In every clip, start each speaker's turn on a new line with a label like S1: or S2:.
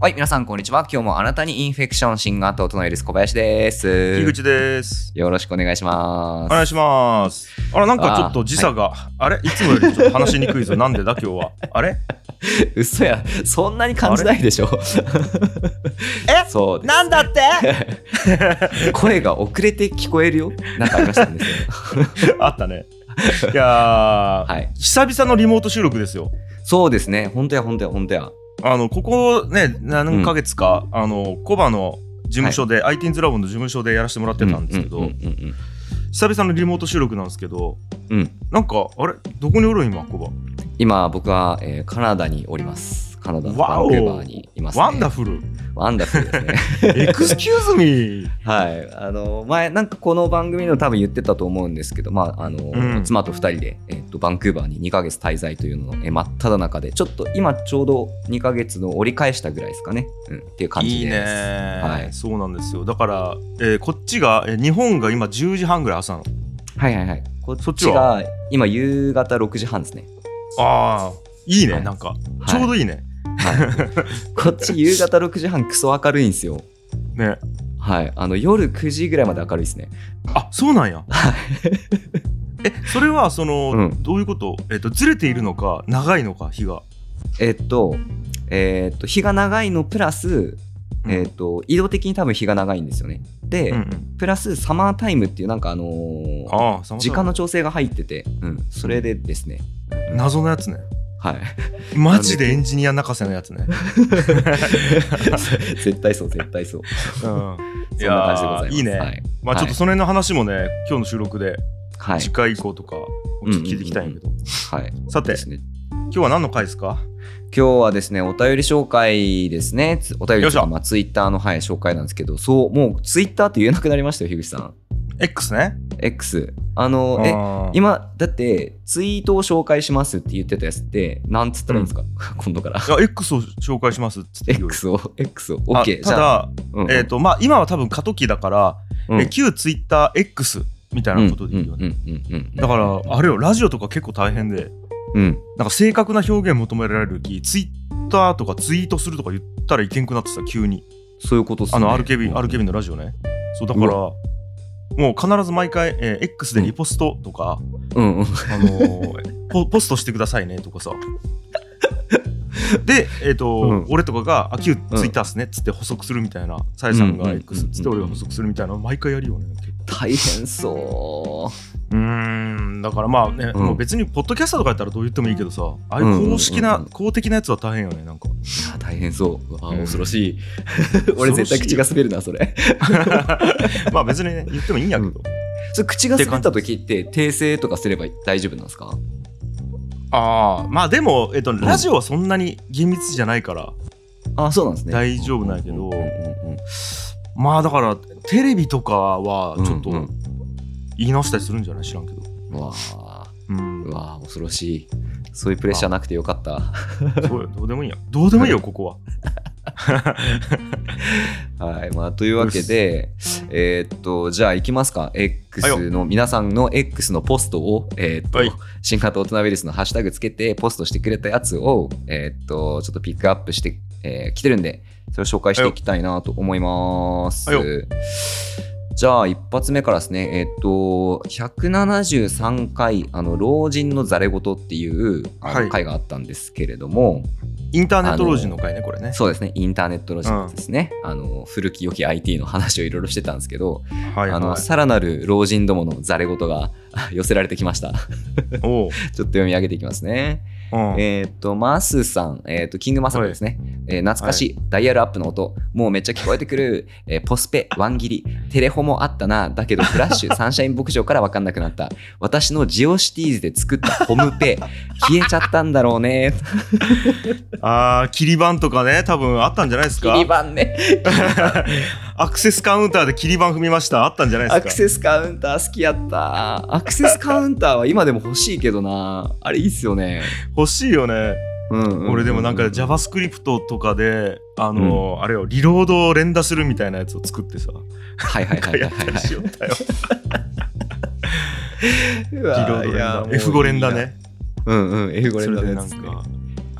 S1: はい、皆さん、こんにちは。今日もあなたにインフェクションシンガーと整えるす小林です。
S2: 樋口です。
S1: よろしくお願いしま
S2: お
S1: す。
S2: 願いします。あら、なんかちょっと時差が、あれいつもよりちょっと話しにくいぞ。 なんでだ、今日は。あれ
S1: 嘘や、そんなに感じないでしょ。
S2: え
S1: そうで
S2: なんだって
S1: す。声が遅れて聞こえるよ。なんかありましたんです よ。
S2: あったね。いやー、
S1: はい。
S2: 久々のリモート収録ですよ。
S1: そうですね。本当や、本当や、本当や。
S2: あの、ここね、何ヶ月か、あの、コバの事務所で、i t インズラボの事務所でやらせてもらってたんですけど、
S1: うんうん
S2: 久々のリモート収録なんですけど、
S1: うんうん。
S2: なんか、あれどこにおる今、コバ。
S1: 今、僕は、えーカナダにおります。カナダのバ
S2: わ
S1: ン
S2: お
S1: クーバーにいます、ね。
S2: ワンダフル。
S1: ワンダフルですね。
S2: エクスキューズミー。
S1: はい、あの前なんかこの番組でも多分言ってたと思うんですけど、まああの
S2: うん
S1: 妻と2人で、えっとバンクーバーに2ヶ月滞在というののえ真っ只中でちょっと今ちょうど2ヶ月の折り返したぐらいですかね、うん、っていう感
S2: い
S1: じ
S2: い
S1: です。
S2: ね、
S1: はい
S2: そうなんですよだから、えーこっちが、えー日本が今10時半ぐらい朝なの
S1: はいはいはい。こ
S2: そ
S1: っ
S2: っ
S1: ち
S2: ち
S1: が
S2: は
S1: 今夕方6時半ですね。
S2: ああいいね、
S1: はい
S2: なんか、
S1: はい
S2: ちょうどいいね
S1: こっち夕方6時半クソ明るいんですよ。
S2: ね
S1: はい、あの夜9時ぐらいまで明るいですね。
S2: あそうなんやえそれはその、
S1: うん
S2: どういうことえっ、とずれているのか長いのか日が
S1: えっと、えっと日が長いのプラス、
S2: うん
S1: えっと移動的に多分日が長いんですよね。で、
S2: うんうん
S1: プラスサマータイムっていうなんかあのー
S2: ああ
S1: 時間の調整が入ってて、うん、それでですね、
S2: 謎のやつね
S1: はい、
S2: マジでエンジニア泣かせのやつね、
S1: 絶対そう絶対そう
S2: う ん、
S1: そんな感じでございます
S2: いね、
S1: はい、
S2: まあちょっとその辺の話もね、今日の収録で
S1: はい
S2: 次回以降とかをちょっと聞いていきたいんやけど、
S1: はい、
S2: さて
S1: ですね
S2: 今日は何の回ですか
S1: 今日はですねお便り紹介ですねつお便りと
S2: よい
S1: い
S2: し
S1: うか
S2: ょ
S1: まあツイッターのはい紹介なんですけどそうもうツイッターって言えなくなりましたよ樋口さん
S2: X ね
S1: X あのえ
S2: あー
S1: 今だってツイートを紹介しますって言ってたやつってなんつったらいいんですか、 今度から
S2: いや X を紹介しますっつって言うよ
S1: X を X を
S2: あ
S1: OK
S2: た
S1: じゃあ、
S2: だ、
S1: うん
S2: えーとまあ、今は多分過渡期だから、
S1: うん
S2: え旧 TwitterX みたいなことでいいよね、だからあれよラジオとか結構大変で
S1: うん、
S2: なんか正確な表現求められるき Twitter とかツイートするとか言ったらいけんくなってさ急に
S1: そういうことっすね。
S2: あの RKB,、
S1: うん
S2: RKB のラジオねそうだから
S1: う
S2: もう必ず毎回、えー X でリポストとか、
S1: うんうん。
S2: あの ーポポストしてくださいねとかさ。で、えっと
S1: うん
S2: 俺とかが「あ旧
S1: うん
S2: ツイッターっすね」っつって補足するみたいなさえさん
S1: うん
S2: が
S1: うん
S2: X っつって俺が補足するみたいなの毎回やるよね。
S1: 大変そう
S2: ーんだからまあね、
S1: うん
S2: もう別にポッドキャスターとかやったらどう言ってもいいけどさああい
S1: うんうんうんう
S2: うん公式な、公的なやつは大変よね なんか
S1: う。いや 大変そう。うわ
S2: うん
S1: 恐ろしい。
S2: 恐ろしい
S1: 俺
S2: よ
S1: 絶対口が滑るな、それ。
S2: まあ別にね言ってもいいんやけど、
S1: うそれ口が滑った時って訂正とかすれば大丈夫なんですか
S2: ああまあでも、えっとラジオはそんなに厳密じゃないから、
S1: あそうなんですね。
S2: 大丈夫なんやけど
S1: うんうんうん
S2: まあだからテレビとかは
S1: うん
S2: ちょっと
S1: うんうん
S2: 言い直したりするんじゃない知らんけど。
S1: うわあ
S2: うん
S1: うわあ恐ろしい。そういうプレッシャーなくてよかった。
S2: どうどうでもいいや。どうでもいいよ、ここは。
S1: はい。まあ、というわけで、えーっと、じゃあ行きますか。X の、皆さんの X のポストを、えーっと、
S2: はい
S1: 新型オトナウイルスのハッシュタグつけて、ポストしてくれたやつを、えーっと、ちょっとピックアップして、えー来てるんで、それを紹介していきたいなと思います
S2: はいよ。
S1: じゃあ、一発目からですね、えーっと、173回、あの、老人のざれ言っていう、あの
S2: はい
S1: 回があったんですけれども、
S2: インターネット老人の会ね、これね。
S1: そうですね、インターネットの人ですね、あの古き良き IT の話をいろいろしてたんですけど、
S2: はい
S1: あの
S2: はい。
S1: さらなる老人どものざれ言が 寄せられてきました。ちょ
S2: おう
S1: っと読み上げていきますね。
S2: うん
S1: えーっ、と、マースさん、えーっ、と、キングマサコですね、えー懐かしい、ダイヤルアップの音、もうめっちゃ聞こえてくる、えーポスペ、ワン切り、テレホもあったな、だけどフラッ シュ、サンシャイン牧場から分かんなくなった、私のジオシティーズで作ったホムペ、消えちゃったんだろう ね、
S2: あー、切り板とかね、多分あったんじゃないです
S1: 切
S2: か
S1: り。板ね。
S2: アクセスカウンターで切り板踏みました。あったんじゃない
S1: ア
S2: で
S1: ク
S2: す
S1: セ
S2: か。
S1: スカウンター好きやったアクセスカウンターは今でも欲しいけどなあれいいっすよね
S2: 欲しいよね。
S1: うんうんうん
S2: 俺でもなんか JavaScript とかで、あのー、あれよ、リロードを連打するみたいなやつを作ってさ、
S1: はいはいはいは
S2: や
S1: い
S2: ったり
S1: は
S2: しよったよ。
S1: い リ
S2: リロード連打。F5 連打ね。
S1: うんうん F5
S2: そ
S1: 連
S2: れ
S1: 打
S2: で
S1: のや
S2: な
S1: つ
S2: ん
S1: ね
S2: か、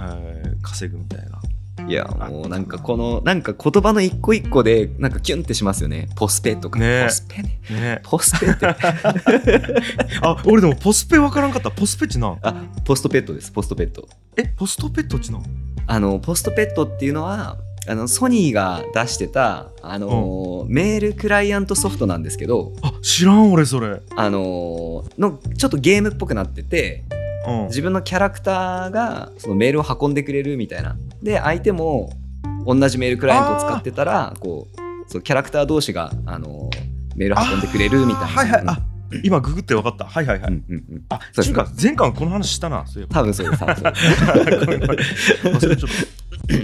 S2: えー稼ぐみたいな。
S1: いいやもうなんかこのなんか言葉の一個一個でなんかキュンってしますよねポスペとか、
S2: ね
S1: ポスペね
S2: ね
S1: ポスペって
S2: あ俺でもポスペわからんかったポスペってなん
S1: あポストペットですポストペット
S2: えポストペットってなん
S1: あのポストペットっていうのはあのソニーが出してたあの、メールクライアントソフトなんですけど
S2: あ知らん俺それうん
S1: あののちょっとゲームっぽくなってて自分のキャラクターがそのメールを運んでくれるみたいなで相手も同じメールクライアントを使ってたらこうそうキャラクター同士があのメール運んでくれるみたいな
S2: あーはいはいあ今ググってわかったはいはいは
S1: う
S2: い
S1: んうんうんうん
S2: あ
S1: そうです
S2: ちゅうか前回もこの話したなそういえば
S1: 多分そうです多分そうです
S2: ごめんごめん忘れちゃっ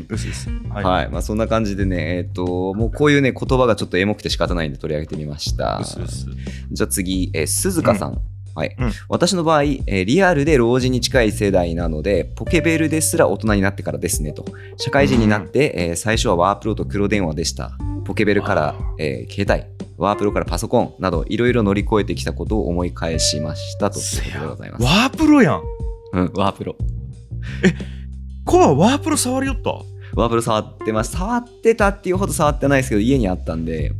S2: たですですはい
S1: はいまあそんな感じでねえっともうこういうね言葉がちょっとエモくて仕方ないんで取り上げてみました
S2: ですです
S1: じゃあ次、えー鈴鹿さん。はい
S2: うん
S1: 私の場合、えーリアルで老人に近い世代なのでポケベルですら大人になってからですねと社会人になって、えー最初はワープロと黒電話でしたポケベルから
S2: あー、
S1: えー携帯ワープロからパソコンなどいろいろ乗り越えてきたことを思い返しましたという
S2: せ
S1: こと
S2: や
S1: で
S2: ワ
S1: ございます
S2: ープロやん
S1: うん、ワープロ
S2: コバワープロ触りよった
S1: ワープロ触ってます触ってたっていうほど触ってないですけど家にあったんで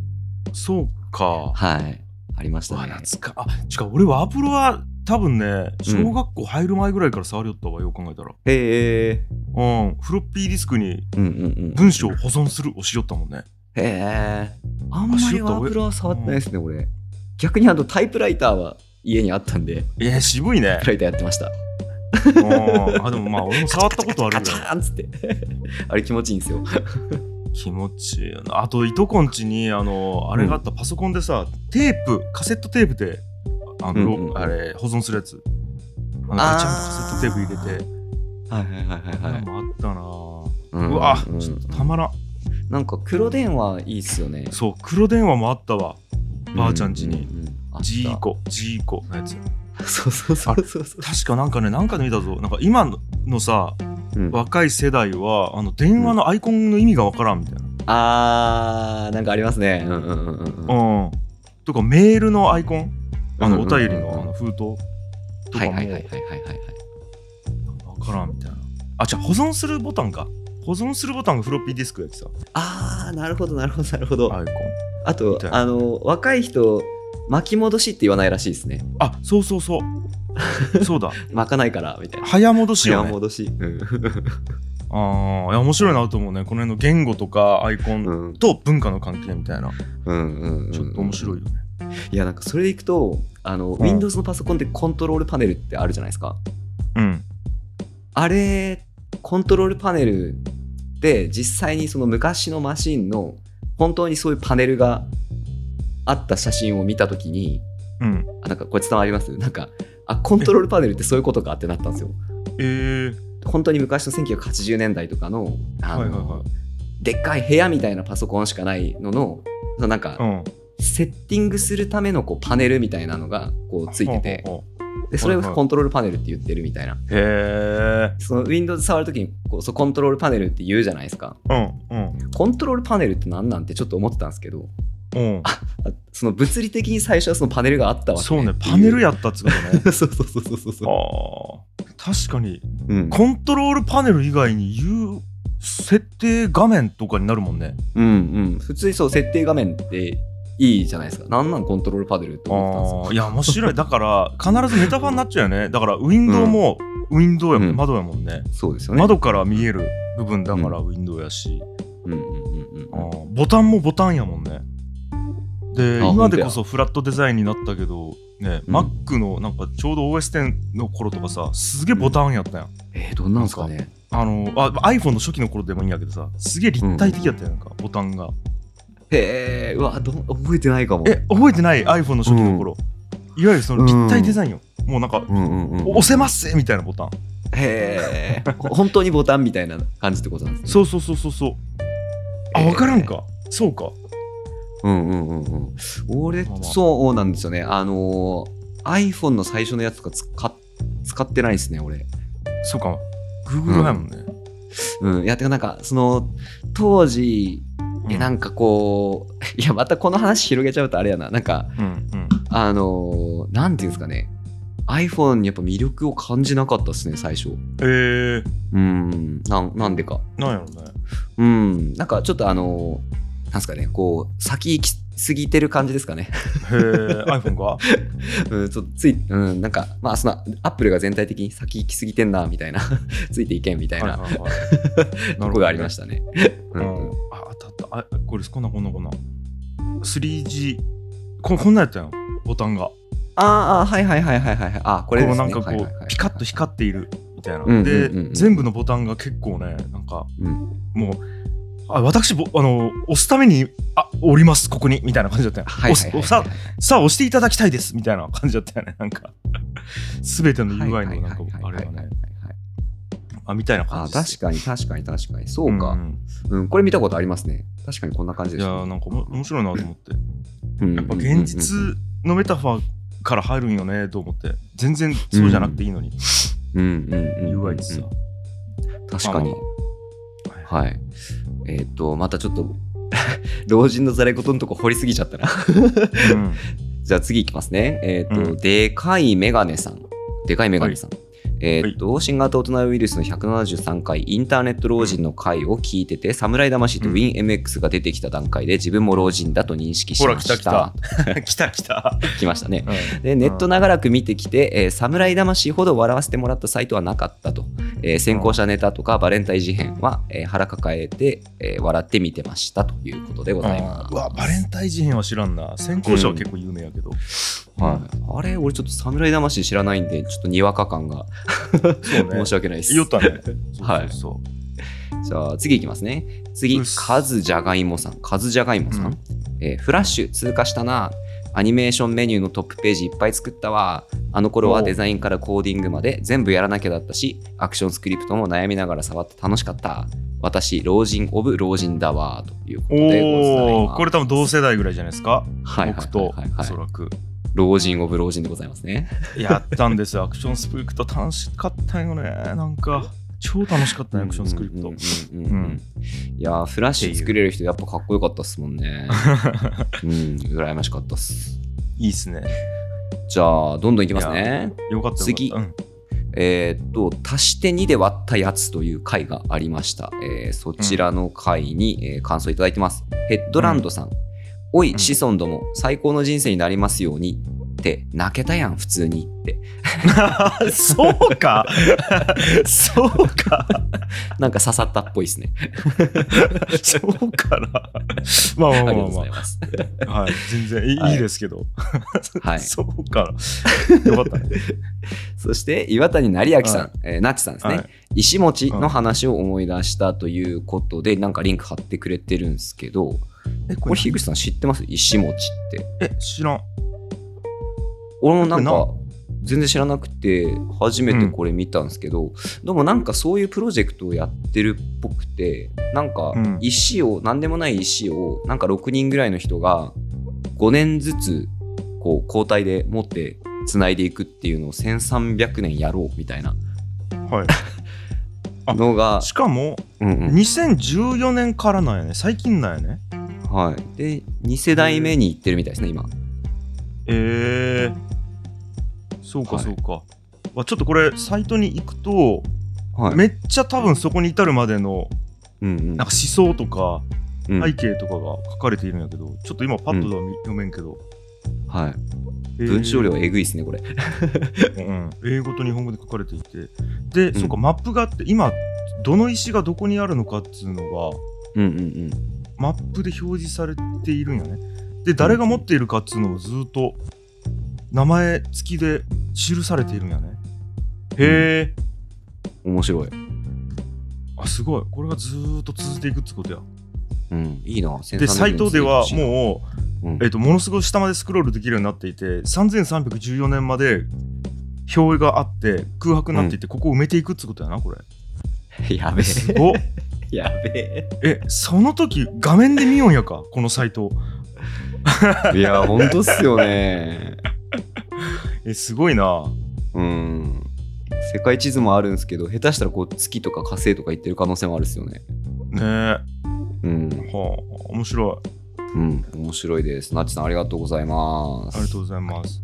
S2: そうか。
S1: はいありました
S2: わ
S1: ね
S2: 懐かあ、しかも俺ワープロは多分ね、小学校入る前ぐらいから触りよったわ、よう考えたら。
S1: へえ
S2: うん、フロッピーディスクに
S1: うんうんうん
S2: 文章を保存するをしよったもんね。
S1: へえ。あんまりワープロは触ってないですね、俺。逆にあのタイプライターは家にあったんで、
S2: いや、渋いね
S1: タイプ。ライターやってました。
S2: うん、あ、でもまあ俺も触ったことある
S1: ガ
S2: ぐ
S1: チ
S2: らい。
S1: ャンっつって。 あれ気持ちいいんですよ。
S2: 気持ちいいよな。あと、いとこんちに、あの、あれがあったパソコンでさ、テープ、カセットテープで、あの、
S1: うんうん
S2: あれ、保存するやつ。あの、
S1: あー
S2: ガチャンカセットテープ入れて、
S1: はいはいはい
S2: あ
S1: は
S2: れ
S1: い。
S2: もあったなぁ。
S1: う
S2: うわ、
S1: ん
S2: ちょっとたまらん。
S1: なんか黒電話いいっすよね。
S2: そう、黒電話もあったわ。ばあちゃん家に
S1: ううう。あった
S2: G ーコ、G ーコのやつ。
S1: そうそうそうそうそう。
S2: 確かなんかね、なんかで見たぞ。なんか今のさ、
S1: うん
S2: 若い世代は、あの、電話のアイコンの意味がわからんみたい
S1: あー、なんかありますね。うんうんうんうん。
S2: な。うん。とか、メールのアイコン、あの、
S1: う
S2: お
S1: んうんうんうん
S2: 便りのあの封筒と
S1: は
S2: か
S1: い
S2: も
S1: はいはいはいはい
S2: わ
S1: はいはい。
S2: からんみたいな。あ、じゃ保存するボタンか。保存するボタンがフロッピーディスクやってた。
S1: あー、なるほどなるほどなるほ
S2: ア
S1: ど。
S2: イコン。
S1: あと
S2: みたい、な
S1: あの、若い人、巻き戻しって言わないらしいですね。
S2: あ、そうそ うそう。そうだ。
S1: 巻かないから、みたいな。
S2: 早戻しよ
S1: 早
S2: ね。
S1: 戻し。
S2: ああ、いや、面白いなと思うね。この辺の言語とかアイコン
S1: うん
S2: と文化の関係みたいな。
S1: うんうん
S2: ちょっと面白い
S1: い
S2: よね。
S1: いやなんかそれでいくとあの、
S2: ん
S1: Windows のパソコンってコントロールパネルってあるじゃないですか
S2: うん。
S1: あれコントロールパネルで実際にその昔のマシンの本当にそういうパネルがあった写真を見た時に
S2: うん。
S1: あなんかこれ伝わりますなんかあコントロールパネルってそういうことかってなったんですよ
S2: えー、
S1: 本当に昔の1980年代とかのあの、
S2: はいはいは
S1: でっかい部屋みたいなパソコンしかないののそのなんか、
S2: うん。
S1: セッティングするためのこうパネルみたいなのがこうついてて
S2: ほうほうほ
S1: でそれを
S2: はいはい
S1: コントロールパネルって言ってるみたいな
S2: う。へえ。
S1: その Windows 触るときにこうそうコントロールパネルって言うじゃないですか
S2: うんうん
S1: コントロールパネルって何なんてちょっと思ってたんですけど
S2: うん。
S1: あその物理的に最初はそのパネルがあったわけ
S2: そうね、パネル
S1: や
S2: やったっつうこと ね。
S1: そうそうそうそうそう
S2: ああ。確かに、
S1: うん
S2: コントロールパネル以外に言う設定画面とかになるもんね。
S1: うんうん普通にそう設定画面っていいじゃないですかなんなんコントロールパネルって思ってたんですよ
S2: ああ。いや、面白い。だから、必ずメタファーになっちゃうよね。だから、ウィンドウも、ウィンドウやもん、
S1: うん
S2: 窓やもんね。
S1: そうですよね
S2: 窓から見える部分だから、ウィンドウやし。
S1: うんうんうんうん
S2: あーボタンもボタンやもんね。で、
S1: あ
S2: 今でこそフラットデザインになったけど、ね、
S1: うん
S2: Mac のなんかちょうど OS10 の頃とかさ、すげえボタンやったやん。
S1: えー、どんなんですかね
S2: あのあ iPhone の初期の頃でもいいんやけどさ、すげえ立体的やったやんか、ボタンが。
S1: へえうわどん覚えてないかも
S2: え、覚えてない ?iPhone の初期の頃。いわゆるその立体デザインよ。もうなんか、
S1: うんうんうん
S2: 押せますみたいなボタン。
S1: へえ本当にボタンみたいな感じってことなんですね
S2: そうそうそうそうそう。あ、わからんか。そうか。
S1: うんうんうんうん俺
S2: まあまあ
S1: そうなんですよねあのー iPhone の最初のやつとか使っ使ってないですね俺、
S2: そうか。Google やもんね。
S1: うん、いやてかなんかその当時えなんんかこう、 いやまたこの話広げちゃうとあれやななんか
S2: うんうん。
S1: あのーなんていうんですかね iPhone にやっぱ魅力を感じなかったですね最初
S2: えー、
S1: うんなんなんでか
S2: なんやろね。
S1: うん、なんかちょっとあのなんですかねこう先行き過ぎてる感じですかね
S2: へ え iPhone が
S1: うんちょっとついうんなんかまあそのアップルが全体的に先行き過ぎてんなみたいな ついていけんみたい
S2: はい
S1: な
S2: はいはい
S1: と こがありましたねう
S2: うんん、ああったあったあこれこんなこんなこんな 3G ここんなんやったやんボタンが
S1: あーあーはいはいはいはいはいはいあこ
S2: こ
S1: れです
S2: う
S1: ね
S2: なんかこ
S1: はいはいは
S2: う
S1: い
S2: ピカッと光っているみたいな、
S1: うんうん
S2: で、
S1: うんうん
S2: 全部のボタンが結構ねなんか、
S1: うん
S2: もうあ私ぼあの押すためにあ降りますここにみたいな感じだったよ、
S1: はいはいはい
S2: 押すささあ押していただきたいですみたいな感じだったよねなんか 全ての UI のなんかあれがねあみたいな
S1: あ
S2: 感じです
S1: 確かに確かに確かにそうか、
S2: う
S1: うん
S2: んうん
S1: これ見たことありますね確かにこんな感じ
S2: い
S1: で
S2: や
S1: す、
S2: ーなんかおも面白いなと思って
S1: うん
S2: やっぱ現実のメタファーから入るんよねと思って全然そうじゃなくていいのに、
S1: うんうんうんうん
S2: UI ってさ、
S1: 確かに
S2: ま
S1: はいえっ、とまたちょっと 老人のざれ言のとこ掘りすぎちゃったな
S2: うん
S1: じゃあ次いきますねえっ、と、
S2: うん
S1: でかいメガネさんでかいメガネさん、えーっと新型大人ウイルスの173回インターネット老人の回を聞いてて、侍魂と
S2: うん
S1: WinMX が出てきた段階で自分も老人だと認識しました。
S2: ほら来た 来た来た。
S1: 来ましたね。でネット長らく見てきて、えー侍魂ほど笑わせてもらったサイトはなかったと、えー先行者ネタとかバレンタイン事変は、えー腹抱えて、えー笑って見てましたということでございます。
S2: うわ、バレンタイン事変は知らんな。先行者は結構有名やけど。
S1: はい、あれ俺ちょっと侍魂知らないんでちょっとにわか感が
S2: そうね。
S1: 申し訳ないです。
S2: 言おったね。
S1: はい
S2: そう
S1: じゃあ次いきますね。次
S2: うっ、す
S1: カズジャガイモさん。カズジャガイモさん。
S2: うん
S1: えーフラッシュ通過したな。アニメーションメニューのトップページいっぱい作ったわ。あの頃は
S2: おう
S1: デザインからコーディングまで全部やらなきゃだったし、アクションスクリプトも悩みながら触って楽しかった。私、老人オブ老人だわ。ということ
S2: そう。
S1: でござい
S2: お
S1: ま
S2: お、
S1: す。
S2: これ多分同世代ぐらいじゃないですか。
S1: はいはい
S2: 僕と
S1: はいはい、
S2: お
S1: はい
S2: そらく。
S1: 老人オブ老人でございますね。
S2: やったんですよ。アクションスクリプト楽しかったよね。なんか、超楽しかったね、アクションスクリプト。
S1: うんうんうんうんうんいやー、フラッシュ作れる人やっぱかっこよかったっすもん ね。 うん、羨ましかったっす。
S2: いいっすね。
S1: じゃあ、どんどんいきますね。
S2: よかったよかった。
S1: 次
S2: うん
S1: えーっと、足して2で割ったやつという回がありました。えーそちらの回に、えー感想いただいてます。ヘッドランドさん。おい、
S2: うん
S1: 子孫ども、最高の人生になりますように。って、泣けたやん、普通に。って。
S2: そうかそうか
S1: なんか刺さったっぽいですね。
S2: そうかな。まあま
S1: あ
S2: あ
S1: り
S2: ま
S1: が
S2: あ
S1: とう
S2: ま
S1: ご
S2: あ
S1: ざい。 ます。
S2: はい、全然いい,、
S1: はい
S2: い、ですけど。
S1: はい
S2: そう か。よかったね。
S1: そして、岩谷成明さん、
S2: は
S1: えーなっちさんですね。
S2: はい
S1: 石持ちの話を思い出したということで、なんかリンク貼ってくれてるんですけど、
S2: え、
S1: これ、樋口さん知ってます石持ちって。
S2: え、知らん。
S1: 俺もなん
S2: これ
S1: か全然知らなくて初めてこれ見たんですけど、どうもなんかそういうプロジェクトをやってるっぽくてなんか
S2: うん
S1: 石を何でもない石をなんか6人ぐらいの人が5年ずつこう交代で持ってつないでいくっていうのを1300年やろうみたいな
S2: はい。あ
S1: のが、
S2: しかも、
S1: うんうん
S2: 2014年からなんやね。最近なんやね。
S1: はい、で2世代目に行ってるみたいですね今。
S2: えー。そうか、
S1: はい
S2: そうか。まあちょっとこれ、サイトに行くと、
S1: はい
S2: めっちゃ多分そこに至るまでの、
S1: うんうん
S2: なんか思想とか、
S1: うん
S2: 背景とかが書かれているんやけど、ちょっと今パッとでは見読めんけど。
S1: はい、
S2: えー
S1: 文章量えぐいですねこれ。
S2: うん、英語と日本語で書かれていてで、
S1: ん
S2: そうかマップがあって今どの石がどこにあるのかっていうのが
S1: うんうんうん
S2: マップで表示されているんよねで誰が持っているかっていうのをずっと名前付きで記されているんやねへえ、
S1: 面白い。
S2: あすごいこれがずーっと続いていくってことや
S1: うん、いいな。1300
S2: でサイトではも
S1: うん、
S2: う、えっとものすごい下までスクロールできるようになっていて3314年まで表があって空白になっていて、ここを埋めていくってことやなこれ
S1: やべ
S2: す
S1: え。
S2: ごっ
S1: やべ
S2: えその時画面で見よんやかこのサイト
S1: え。いや、ほんとっすよね。
S2: えすごいな
S1: うん。世界地図もあるんですけど、下手したらこう月とか火星とか行ってる可能性もあるっすよね。
S2: ねえは
S1: うん。
S2: あ面白い
S1: うん。面白いです。なっちさん、ありがとうございま
S2: あ
S1: す。
S2: りがとうございます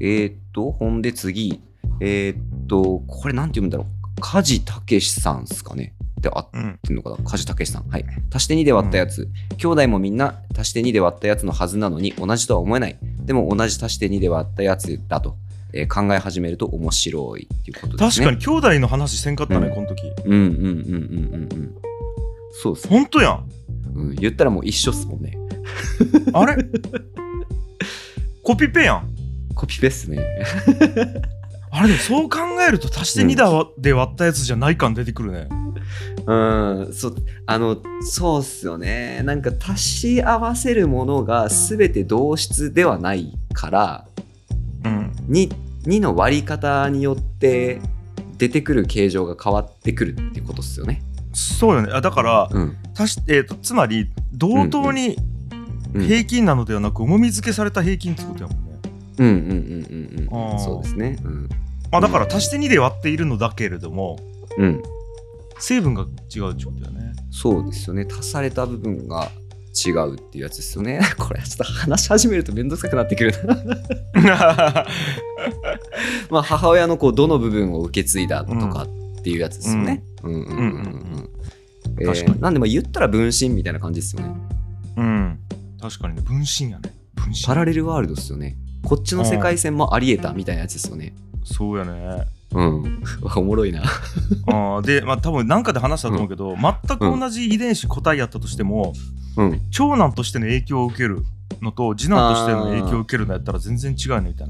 S1: えーっと、ほんで次。えーっと、これなんて読むんだろう。梶武さんですかね。でってあっ
S2: うん。
S1: てんのかな梶武さん。はい。足して2で割ったやつ。兄弟もみんな足して2で割ったやつのはずなのに同じとは思えない。でも同じ足して2で割ったやつだと、えー考え始めると面白いっていうことです
S2: 確
S1: ね。
S2: かに兄弟の話せんかったね、
S1: うん
S2: この時。
S1: に。うんうんうんうんうんうん。そうですね。
S2: ほんとやん。
S1: うん、言ったらもう一緒っすもんね。
S2: あれコピペやん。
S1: コピペっすね。
S2: あれでもそう考えると足して2だわで割ったやつじゃない感出てくるね。
S1: うん、そう、あの、そうっすよね。なんか足し合わせるものが全て同質ではないから、
S2: うん。
S1: 2, 2の割り方によって出てくる形状が変わってくるってことっすよね。
S2: そうよね。あだから、
S1: うん。
S2: 足しえーとつまり同等に
S1: うん
S2: 平均なのではなく重み付けされた平均ってことやもんね。
S1: うんうんうんうんう
S2: あ
S1: ん。
S2: ー
S1: そうですね。うん。
S2: まあ、だから足して2で割っているのだけれども
S1: うん。
S2: 成分が違うってことだよ ね。
S1: そうですよね。足された部分が違うっていうやつですよね。 これちょっと話し始めるとめんどくさくなってくるな。 まあ母親のこうどの部分を受け継いだとかっていうやつですよね。うんうんうんうんうん。え
S2: 確か
S1: ー、
S2: に
S1: なんでまあ言ったら分身みたいな感じですよね。
S2: うん。確かにね分身やね。分身。
S1: パラレルワールドですよね。こっちの世界線もあり得たみたいなやつですよね。
S2: そうやね。
S1: うん。 おもろいな。
S2: あーで、まあ、多分何かで話したと思うけど、全く同じ遺伝子個体やったとしても、
S1: うん。
S2: 長男としての影響を受けるのと次男としての影響を受けるのやったら全然違うねみたい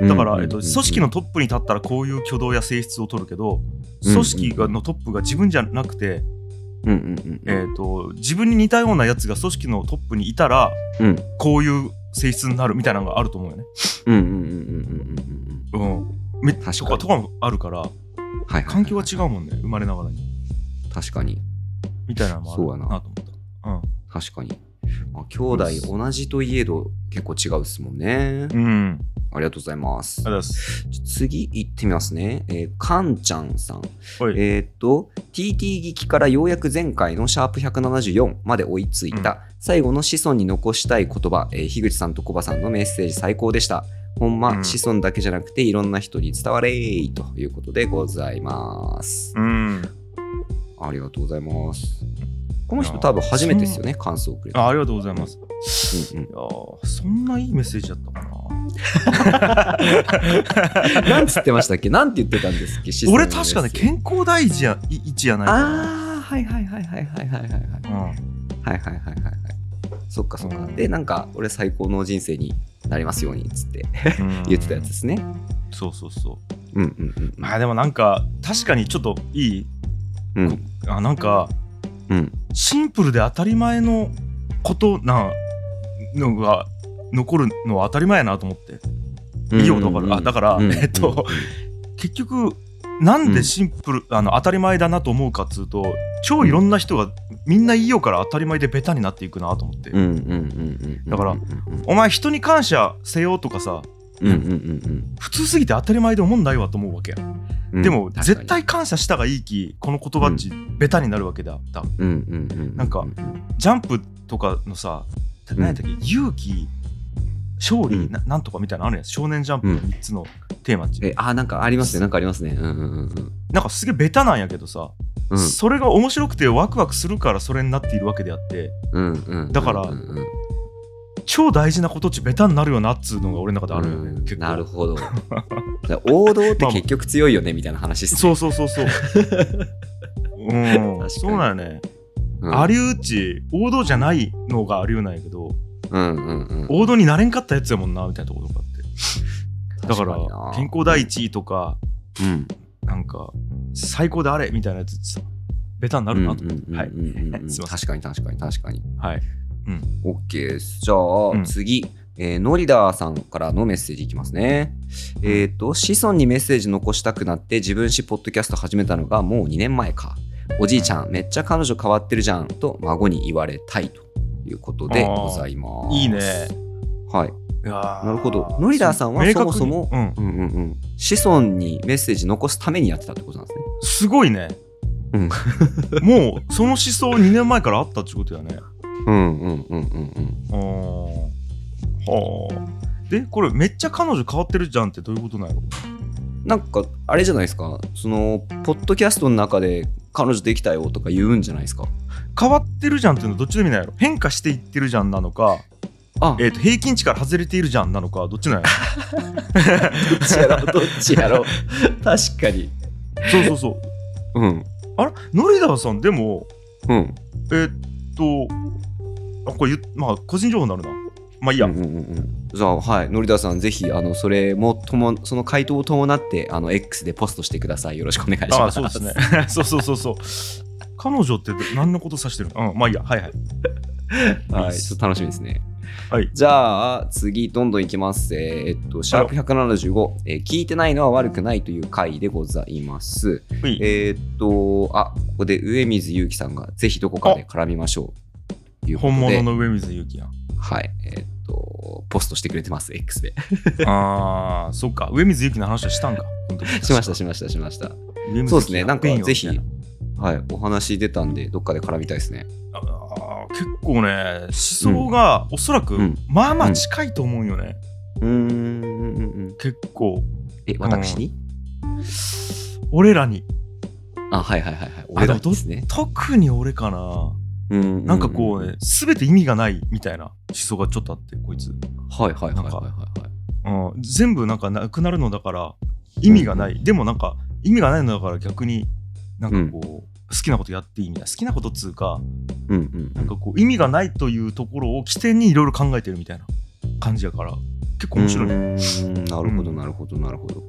S2: なだから、えっと、組織のトップに立ったらこういう挙動や性質を取るけど
S1: うん
S2: 組織がのトップが自分じゃなくて、
S1: うんうんうん
S2: えっと、自分に似たようなやつが組織のトップにいたら
S1: うん
S2: こういう性質になるみたいなのがあると思うよね。
S1: うんうんうんうんうん
S2: うん、め
S1: 確かに
S2: とかとかもあるから
S1: うんはいはい
S2: 環境は違うもんね生まれながらに
S1: 確かに
S2: みたいなのもある
S1: そうやな
S2: なと思った。うん
S1: 確かにあ兄弟同じといえど結構違うっすもんね
S2: うん、
S1: ありがとうございます
S2: ありがとうございます。
S1: ちょ次行ってみますね。えーかんちゃんさん。
S2: はい
S1: えーっと、TT 劇からようやく前回のシャープ174まで追いついた、
S2: うん
S1: 最後の子孫に残したい言葉、えー樋口さんとコバさんのメッセージ最高でした。ほんま、
S2: うん
S1: 子孫だけじゃなくていろんな人に伝われーということでございます。
S2: うん、
S1: ありがとうございます。この
S2: い
S1: 人
S2: やー
S1: 多分初めてですよね、感想をくれた。
S2: あありがとうございます。
S1: うんうん
S2: いやーそんないいメッセージだったかな
S1: なんつってましたっけなんて言ってたんですっけ
S2: 俺確かね
S1: ん
S2: 健康第一やい一やないかな
S1: ああ、はいはいはいはいはいはいはいはい。
S2: うん
S1: はいはいはいはいはいそっかそっか、
S2: うん
S1: でなんか俺最高の人生になりますようにっつって言ってたやつですね
S2: そうそうそう
S1: うんうんうん
S2: まあでもなんか確かにちょっといい
S1: うん
S2: あなんか
S1: うん
S2: シンプルで当たり前のことなのが残るのは当たり前やなと思っていいよだからあだからえっと結局なんでシンプル、あの当たり前だなと思うかっつうと超いろんな人がみんないいよから当たり前でベタになっていくなと思って、
S1: うんうんうんうん
S2: だから
S1: うんうん
S2: お前人に感謝せよとかさ
S1: うんうん
S2: 普通すぎて当たり前で思んないわと思うわけや、
S1: うん
S2: でも絶
S1: 確か
S2: 対感謝したがいいきこの言葉っちベタになるわけだ、だ
S1: にうんうんうんう
S2: なんかジャンプとかのさ何やったっけ、勇気勝利、
S1: うん
S2: ななんとかみたいなのあるやん少年ジャンプ
S1: う
S2: の
S1: ん
S2: 3つのテーマっち、
S1: えあなんかありますねなんかありますねうんうんうんうん
S2: なんかすげえベタなんやけどさ、
S1: うん
S2: それが面白くてワクワクするからそれになっているわけであって
S1: うんうんうん
S2: だから
S1: うんうん
S2: 超大事なことっちベタになるよなっつうのが俺の中であるよね、
S1: うん
S2: 結構
S1: なる ほどだから王道って結局強いよねみたいな話っすね
S2: そうそうそう そうう
S1: かに
S2: んそうなんよね
S1: うん
S2: ありうち王道じゃないのがありうなんやけど
S1: うんうんうん
S2: 王道になれんかったやつやもんなみたいなところがあってだから
S1: 確にな
S2: 健康第一とか
S1: うん
S2: なんか最高であれみたいなやつってさベタになるなと思って、はい
S1: うんうんうんうんうん
S2: すいません
S1: 確 かに確かに確かに。
S2: はい、
S1: OK です。じゃあ、
S2: うん
S1: 次、えーノリダーさんからのメッセージいきますね。えっ、と、子孫にメッセージ残したくなって自分史ポッドキャスト始めたのがもう2年前か。おじいちゃん、めっちゃ彼女変わってるじゃんと孫に言われたいということでございます。
S2: いいね。
S1: はい。
S2: な
S1: なるほどノリダーさんはそもそも
S2: う
S1: う
S2: ん、
S1: んうんうん。子孫にメッセージ残すためにやってたってことなんですね。
S2: すごいね、
S1: うん
S2: もうその思想2年前からあったってことやね
S1: うんうんうんうんうん。
S2: あーはあでこれめっちゃ彼女変わってるじゃんってどういうことなんやろ
S1: なんかあれじゃないですかそのポッドキャストの中で彼女できたよとか言うんじゃないですか
S2: 変わってるじゃんっていうのはどっちの意味なんやろ変化していってるじゃんなのか
S1: あ
S2: えー、と平均値から外れているじゃんなのかどっちなんや
S1: どっちや ろどっちやろ確かに
S2: ろそう そうそう
S1: うん
S2: あれノリダーさんでも
S1: うん
S2: えーっとあこれ言っまあ個人情報になるなまあいいや、
S1: うんうんうんうんじゃあはいのりださんぜひあのそれもともその回答を伴ってあの X でポストしてくださいよろしくお願いします
S2: ああそうですね そうそうそうそう彼女って何のこと指してるの、うん、まあいいやはいはい
S1: はい、ちょっと楽しみですね。
S2: はい
S1: じゃあ、次、どんどんいきます。えーっと、シャープ175、えー聞いてないのは悪くないという回でございます。
S2: ほい
S1: えーっと、あ、ここで上水祐樹さんが、ぜひどこかで絡みましょう。ということ
S2: 本
S1: で
S2: 物の上水ゆき やん
S1: はい。えーっと、ポストしてくれてます、X で。
S2: あーそっか上水ゆきの話はしたんか本当に
S1: しました、しました、しました。
S2: 上水ゆきや
S1: そうですね、なんか
S2: ペンよ
S1: ぜひ、
S2: みたいな
S1: はい、お話出たんで、どっかで絡みたいですね。
S2: あー結構ね思想がおそらく、
S1: うん
S2: まあまあ近いと思うよね、
S1: うーんうんうん。
S2: 結構
S1: え、私に、
S2: 俺らに
S1: あ、はいはいはいはい。俺だけですね。
S2: 特に俺かな
S1: な
S2: なんかこうね、全て意味がないみたいな思想がちょっとあってこいつ、
S1: はいはいはいはいはいはい。
S2: うん、全部なんかなくなるのだから意味がない、でもなんか意味がないのだから逆になんかこう、好きなことやっていいみたいな好きなことっつうか
S1: うんうん
S2: なんかこう意味がないというところを起点にいろいろ考えてるみたいな感じやから結構面白いね、うん
S1: うーんなるほどなるほどなるほど。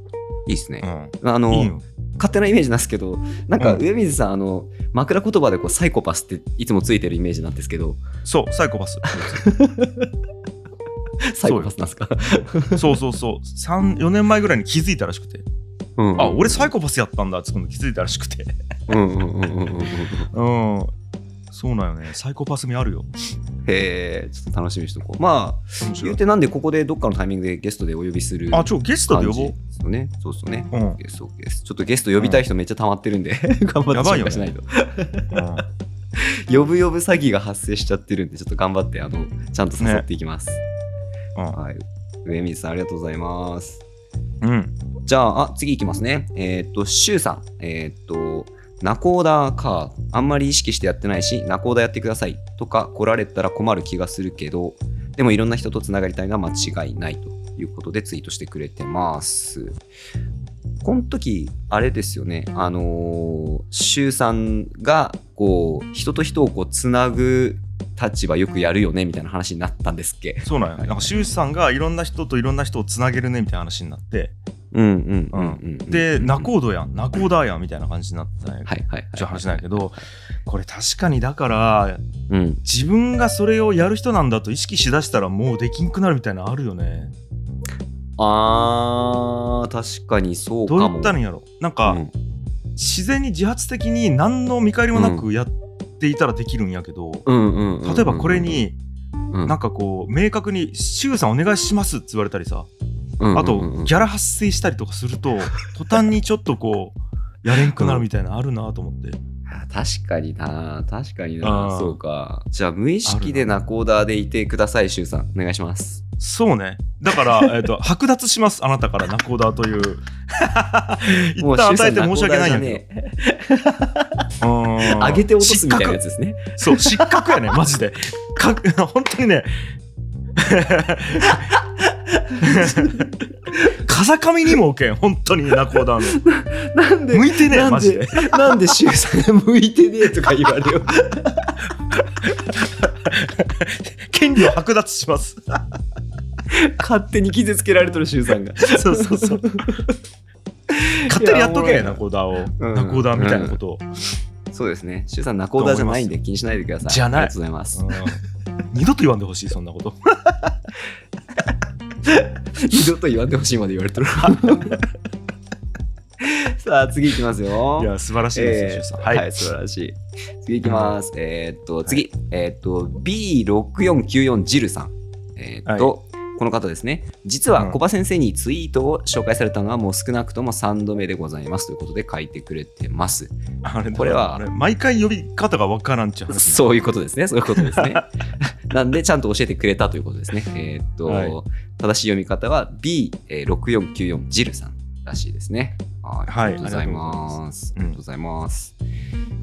S1: いいですね。あ
S2: いい
S1: の
S2: よ
S1: 勝手なイメージなんですけど、なんか
S2: うん
S1: 上水さんあの枕言葉でこうサイコパスっていつもついてるイメージなんですけ ど、
S2: そうサイ コパス
S1: サイコパスなんですか？
S2: そうそうそう34年前ぐらいに気づいたらしくてあ俺サイコパスやったんだってことに気づいたらしくて
S1: コ。うんうんうんうんうんうん
S2: うんそうなんよねサイコパス味あるよ
S1: へえ、ちょっと楽しみにしとこう。まあ
S2: 面白
S1: 言
S2: いう
S1: てなんでここでどっかのタイミングでゲストでお呼びする
S2: あ
S1: 感
S2: ちょゲストで
S1: じ
S2: 呼
S1: で
S2: ぼ
S1: すよね。そうですよね。
S2: う、うん
S1: OK です OK ですちょっとゲスト呼びたい人めっちゃ溜まってるんで 頑張って紹介しないと。
S2: うん
S1: 呼ぶ呼ぶ詐欺が発生しちゃってるんでちょっと頑張ってあのちゃんと誘っていきます、
S2: う
S1: はい上水さんありがとうございます
S2: んうん、
S1: じゃああ次いきますねえーっとシュウさんえーっとナコーダーかあんまり意識してやってないしナコーダーやってくださいとか来られたら困る気がするけどでもいろんな人とつながりたいのは間違いないということでツイートしてくれてますこの時あれですよねあのーシュウさんがこう人と人をこうつなぐ立場よくやるよねみたいな話になったんですっけ
S2: そうなんよ、
S1: はい
S2: なんか周さんがいろんな人といろんな人をつなげるねみたいな話になって、
S1: うんうんうんうん、うん、
S2: で、ナコードやんナコーダーやんみたいな感じになったんや、
S1: はいはいはい
S2: ちょっと話なんやけどこれ確かにだから
S1: うん
S2: 自分がそれをやる人なんだと意識しだしたらもうできんくなるみたいなのあるよね
S1: あー確かにそうか
S2: ど
S1: も
S2: う言ったらいいんやろなんか、
S1: うん
S2: 自然に自発的に何の見返りもなくやっていたらできるんやけど、
S1: うんうんうんうん
S2: 例えばこれに
S1: うん
S2: なんかこう明確に「周さんお願いします」って言われたりさ
S1: うんうん
S2: あと
S1: うん
S2: ギャラ発生したりとかすると途端にちょっとこうやれんくなるみたいなのあるなと思って
S1: あ確かにな確かに
S2: う
S1: なんそうかじゃあ無意識でナコーダーでいてくださいシュウさんお願いします
S2: そうねだ から、えっと剥奪しますあなたからナコーダーという 一
S1: もう
S2: 旦
S1: シュウさ
S2: 与え
S1: ん
S2: て申し訳ないんやけ
S1: ナコーダーじゃね
S2: ど
S1: え上げて落とすみたいなや
S2: つ
S1: つですね
S2: そう失格やねマジでか本当 にね風上にも置けん本当にナコーダーの
S1: なんで
S2: 向いてねえ
S1: な
S2: マ
S1: ん
S2: ジ
S1: で
S2: で
S1: なんでシュウさんが向いてねえとか言われよ
S2: 権利を剥奪します
S1: 勝手に傷つけられとるシュウさんが
S2: そうそうそう 勝手にやっと
S1: い
S2: け
S1: や
S2: ナコーダーを、
S1: うん
S2: ナコーダーみたいなことを、
S1: そうですねシュウさんナコーダーじゃないんで気にしないでください
S2: じゃない
S1: ありがとうございます
S2: うん二度と言わんでほしいそんなこと
S1: 二度と言わんでほしいまで言われてる。 さあ、次いきますよ。
S2: いや素晴らしい
S1: えー
S2: ですね、
S1: はい、
S2: はい、
S1: 素晴らしい。次いきます。えーっと、次、えーっと、B6494 ジルさん。えーっと、この方ですね。実は、
S2: うん
S1: コバ先生にツイートを紹介されたのは、もう少なくとも3度目でございますということで書いてくれてます。
S2: あれ
S1: これは
S2: あ毎回呼び方がわからんちゃう
S1: そういうことですね。そういうこと ですね。なんで、ちゃんと教えてくれたということですね。えーっと、
S2: はい
S1: 正しい読み方は B6494 ジルさんらしいですね。はい、
S2: は
S1: あ
S2: い
S1: りがとうございます。あ
S2: あ
S1: り
S2: り
S1: が
S2: が
S1: とう
S2: とう
S1: ご
S2: ご
S1: ざいます。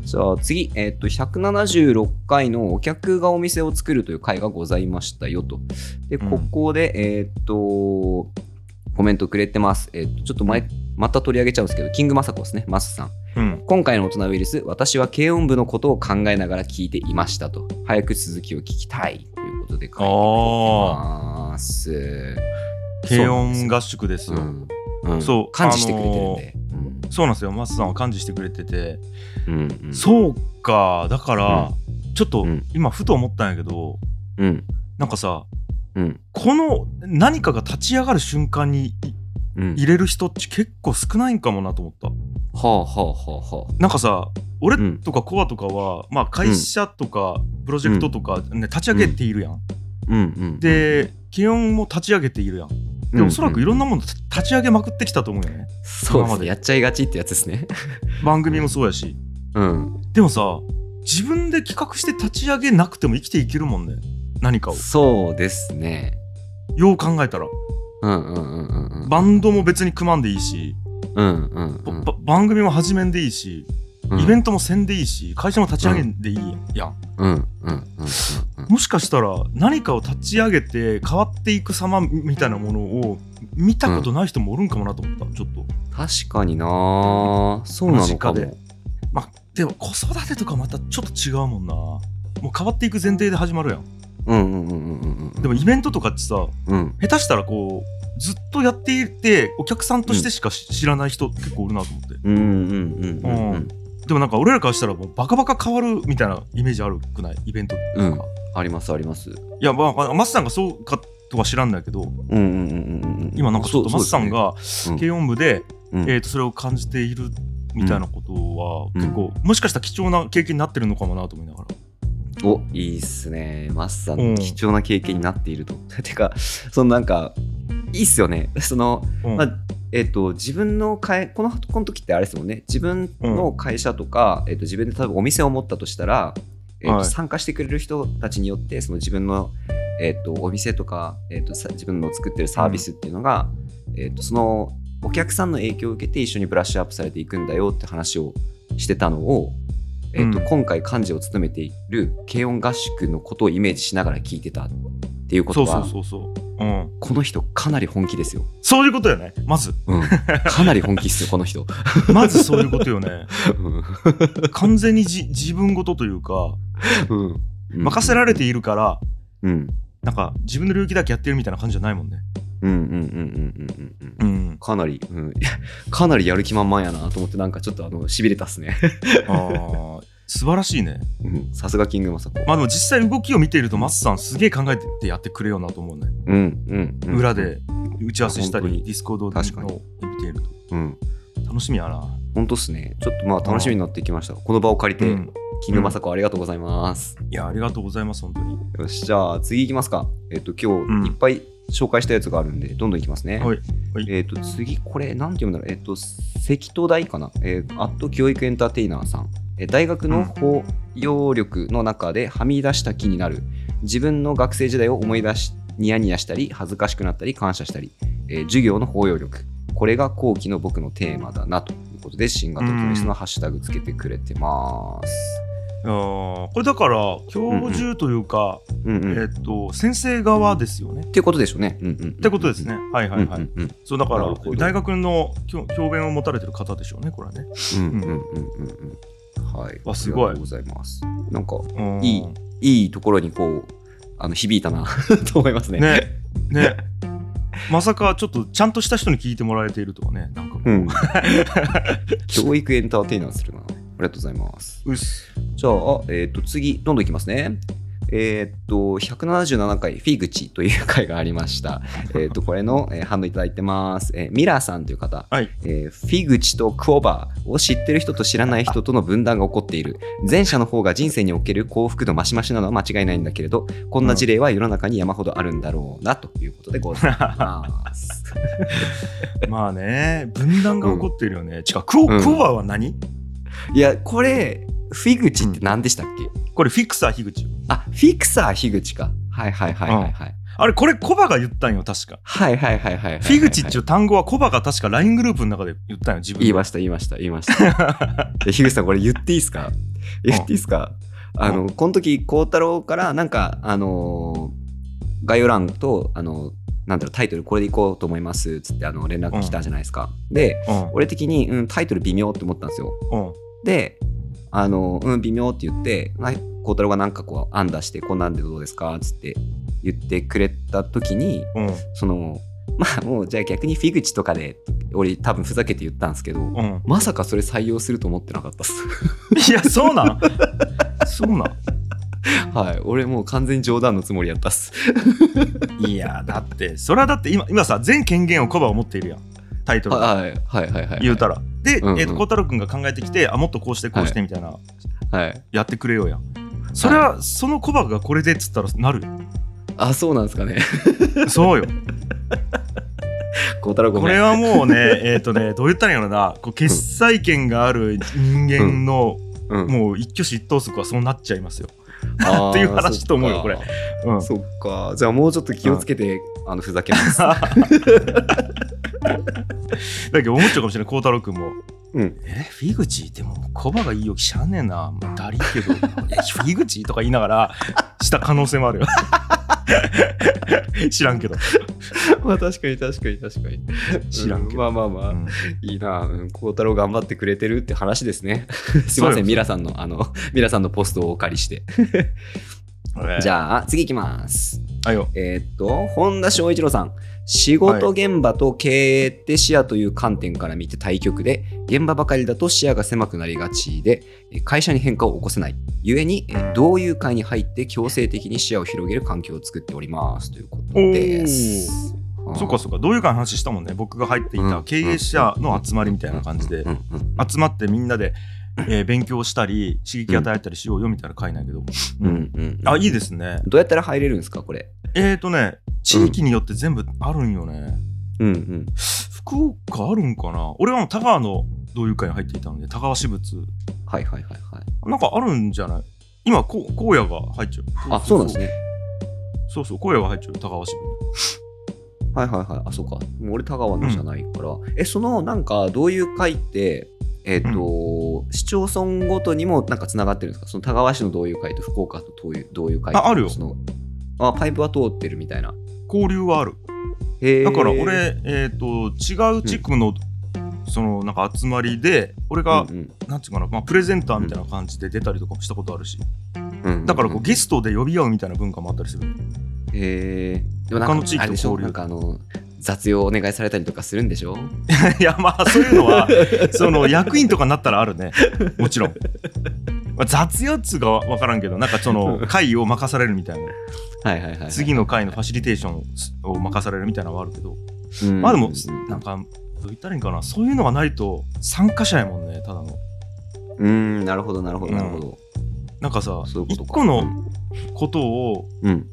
S1: じゃあ次、えっと176回のお客がお店を作るという回がございましたよと。で、ここで、えっと、コメントくれてます。えっと、ちょっと前、また取り上げちゃうんですけど、キングマサコですね、マスさん。
S2: うん、
S1: 今回の大人ウイルス、私は軽音部のことを考えながら聞いていましたと。早く続きを聞きたいということで書いてくれてます。
S2: 軽音合宿ですよ。
S1: うん、そう感知してくれてるんで、あ
S2: のーうん、そうなんですよマスさんは感知してくれてて、うんうん、そうかだから、うん、ちょっと、今ふと思ったんやけど、
S1: うん、
S2: なんかさ、
S1: うん、
S2: この何かが立ち上がる瞬間に、入れる人って結構少ないんかもなと思った。
S1: はあはあはあはあ。
S2: なんかさ俺とかコアとかは、まあ、会社とかプロジェクトとか、ね、立ち上げているやん。
S1: うんうん
S2: で気温も立ち上げているやん。でおそらくいろんなもの立ち上げまくってきたと思うよね。
S1: そうですね。やっちゃいがちってやつですね。
S2: 番組もそうやし。
S1: うん。
S2: でもさ、自分で企画して立ち上げなくても生きていけるもんね。何かを。
S1: そうですね。
S2: よう考えたら。
S1: うんうんうんうん。
S2: バンドも別に組まんでいいし。
S1: うんうん、うん、
S2: 番組も始めんでいいし。イベントもせんでいいし、会社も立ち上げんでいいやん。
S1: うん、うん、
S2: もしかしたら何かを立ち上げて変わっていく様みたいなものを見たことない人もおるんかもなと思った、うん、ちょっと。
S1: 確かになそうなのかも。
S2: でまあ、でも子育てとかまたちょっと違うもんな。もう変わっていく前提で始まるやん。
S1: うんうんうんうんうん、
S2: でもイベントとかってさ、
S1: うん、
S2: 下手したらこうずっとやっていてお客さんとしてしか、知らない人結構おるなと思って。
S1: うんうんうん、うん
S2: でもなんか俺らからしたらもうバカバカ変わるみたいなイメージあるくないイベントとか、うん、
S1: ありますありますい
S2: やまあマスさんがそうかとは知らんだけど、
S1: うんうんうんうん、
S2: 今なんかちょっとマスさんが軽音部で、うん、えー、とそれを感じているみたいなことは、うん、結構もしかしたら貴重な経験になってるのかもなと思いながら。
S1: おいいっすねマスさん貴重な経験になっていると。 てかそのなんかいいっすよねその、まあえーと、と自分のかえこのこの時ってあれですもんね自分の会社とか、うん、えーと、と自分で多分お店を持ったとしたら、えーと、はい、参加してくれる人たちによってその自分の、えーと、とお店とか、えー、と自分の作ってるサービスっていうのが、うん、えー、とそのお客さんの影響を受けて一緒にブラッシュアップされていくんだよって話をしてたのを、えーと、うん、今回幹事を務めている軽音合宿のことをイメージしながら聞いてたっていうことは
S2: そうそうそうそう、うん、
S1: この人かなり本気ですよ
S2: そういうことよねまず、
S1: うん、かなり本気っすよこの人
S2: まずそういうこと よね、うん、完全にじ自分事というか、
S1: うん、
S2: 任せられているから、
S1: うん、
S2: なんか自分の領域だけやってるみたいな感じじゃないもんね
S1: うんうんうんうんうんうん、うん、かなり、うん、 かなりやる気満々やなと思ってなんかちょっとあのしびれたっすね
S2: ああ 素晴らしいね
S1: さすがキングマサコ
S2: まあでも実際動きを見ているとマスさんすげえ考えてやってくれよなと思うね
S1: うん、うん、
S2: 裏で打ち合わせしたりディスコードで見ていると、
S1: うん、
S2: 楽しみやな
S1: 本当っすねちょっとまあ楽しみになってきましたこの場を借りて、うん、キングマサコありがとうございます、
S2: いやありがとうございます本当に
S1: よしじゃあ次いきますかえっ、ー、と今日いっぱい紹介したやつがあるんでどんどんいきますね、
S2: はい、はい、
S1: えっ、と次これなんて読むんだろうえっ、ー、と関東大かなえっ、ー、あと教育エンターテイナーさん大学の包容力の中ではみ出した気になる自分の学生時代を思い出しニヤニヤしたり恥ずかしくなったり感謝したり、えー、授業の包容力これが後期の僕のテーマだなということで新型教室のハッシュタグつけてくれてます。
S2: うん、これだから教授というか、えー、と先生側ですよね。
S1: っていうことでしょうね。
S2: ってことですね。はいはいはい。そうだから大学の教鞭を持たれてる方でしょうねこれはね。
S1: はい、
S2: わすごい。
S1: ございます。なんかいいいいところにこうあの響いたな と思いますね。
S2: ねね。まさかちょっとちゃんとした人に聞いてもらえているとはね、なんかこう、うん、
S1: 教育エンターテイナーするな。ありがとうございます。 じゃあ、えっ、ー、と次どんどんいきますね。えっと177回「フィグチ」という回がありました。 えっとこれの、えー、反応いただいてます。えー、ミラーさんという方、
S2: はい
S1: えー、フィグチとクオバーを知ってる人と知らない人との分断が起こっている前者の方が人生における幸福度増し増しなのは間違いないんだけれどこんな事例は世の中に山ほどあるんだろうなということでございます。
S2: まあね分断が起こってるよね。うん、違うクオ,、クオバーは何、
S1: うん、いやこれフィグチって何でしたっけ、うん
S2: これフィクサー樋口
S1: あフィクサー樋口かはいはいはいはいはい、
S2: あれ、これコバが言ったんよ、確か。
S1: はいはいはいはいはいはいはい。
S2: フィグチっていう単語はコバが確か LINE グループの中で言ったんよ、自分
S1: 言い
S2: で。
S1: ました言いました言いました え樋口さんこれ言っていいですか言っていいですかあのこの時孝太郎からなんかあのー概要欄とあのーなんだろうタイトルこれでいこうと思いますっつってあの連絡来たじゃないですか、で
S2: うん
S1: 俺的に、うん、タイトル微妙って思ったんですよ
S2: うん。
S1: であのーうん微妙って言ってはい孝太郎がなんかこう案出してこんなんでどうですかっつって言ってくれた時に
S2: うん。
S1: そのまあもうじゃあ逆にフィグチとかで俺多分ふざけて言ったんですけど、
S2: うん。
S1: まさかそれ採用すると思ってなかったっす。
S2: いや、そうなんそうなん
S1: はい。俺もう完全に冗談のつもりやったっす。
S2: いや、だって、それはだって今、今さ、全権限をコバを持っているやん。タイトル。
S1: はいはいはいはい。
S2: 言うたら。で、
S1: うんうん
S2: えっ、と、孝太郎君が考えてきて、あ、もっとこうしてこうしてみたいな、
S1: はい。
S2: やってくれようやん。それは、そのコバがこれでっつったらなるよ。
S1: あ、そうなんですかね。
S2: そうよ。
S1: 孝太郎ご
S2: こ
S1: め
S2: れ
S1: ん。
S2: はもうね、 えっ、とね、どう言ったらいいのかな、こう決裁権がある人間の、
S1: うん
S2: もう一挙手一投足はそうなっちゃいますよ。
S1: あー
S2: っていう話と思うよ
S1: そっ
S2: これ
S1: か
S2: うん、
S1: そっか。じゃあもうちょっと気をつけて、あの、ふざけ ます。
S2: だけど思っちゃうかもしれない、孝太郎君も。
S1: うん
S2: え、フィグチでも、コバがいいよ、しゃあねえな、まあ、だりーけど、えフィグチとか言いながら、した可能性もあるよ。 知らんけど。
S1: まあ確かに確かに確かに。
S2: 知らんけど
S1: うまあまあまあ、
S2: うん
S1: いいな。うん孝太郎頑張ってくれてるって話ですね。すいま
S2: そう
S1: せ
S2: よ
S1: ん、ミラさんの、あの、ミラさんのポストをお借りして。じゃあ、次行きます。
S2: あよ、
S1: えーっと、本田翔一郎さん。仕事現場と経営って視野という観点から見て対局で、現場ばかりだと視野が狭くなりがちで、え会社に変化を起こせない。故に、え
S2: うん
S1: 同友会に入って強制的に視野を広げる環境を作っております。ということです。
S2: そっかそっか、どういうかの話したもんね、僕が入っていた経営者の集まりみたいな感じで
S1: う。んうん
S2: 集まってみんなで、えー勉強したり刺激与えたりしようよみたいな会なんやけど、
S1: う
S2: うん
S1: んうん
S2: あいいですね
S1: どうやったら入れるんですか、これ。
S2: えー、とね地域によって全部あるんよね、
S1: うんうん。
S2: 福岡あるんかな俺はもう田川の同友会に入っていたので田川支部
S1: はいはいはいはい。
S2: なんかあるんじゃない今こう荒野が入っちゃう
S1: あ、そうなんです
S2: ね
S1: ね。
S2: そうそう荒野が入っちゃう田川支部
S1: はいはいはい。あ、そうか。もう俺、田川のじゃないから。え、その、なんか、どういう会って、えっ、と、市町村ごとにもなんかつながってるんですかその田川市のどういう会と福岡とどういうどういう会
S2: ああるよ
S1: そのあ、パイプは通ってるみたいな。
S2: に交流はある
S1: へー
S2: だから俺、えー、と違う地区の、そのなんか集まりで俺が、
S1: うんうん
S2: なんていうかな、まあ、プレゼンターみたいな感じで出たりとかもしたことあるし、
S1: うんうん
S2: だからこうゲストで呼び合うみたいな文化もあったりする。
S1: へえ。でもなんか、
S2: 他の地域と
S1: あれでしょ
S2: 交流
S1: なんかあの、雑用お願いされたりとかするんでしょ
S2: いやまあそういう のは その役員とかになったらあるねもちろん。まあ雑用っつうか分からんけどなんかその会を任されるみたいな
S1: はいはいはいはい。
S2: 次の会のファシリテーションを任されるみたいなのはあるけど
S1: うん、
S2: まあでも
S1: うん
S2: なんかどう言ったらいいんかなそういうのがないと参加者やもんねただの。
S1: うん、なるほどなるほどなるほど。
S2: なんかさ
S1: そういうこと
S2: 一
S1: か。
S2: 個のことを
S1: うん、うん。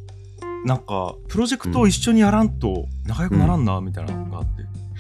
S2: なんかプロジェクトを一緒にやらんと仲良くならんなみたいなのがあって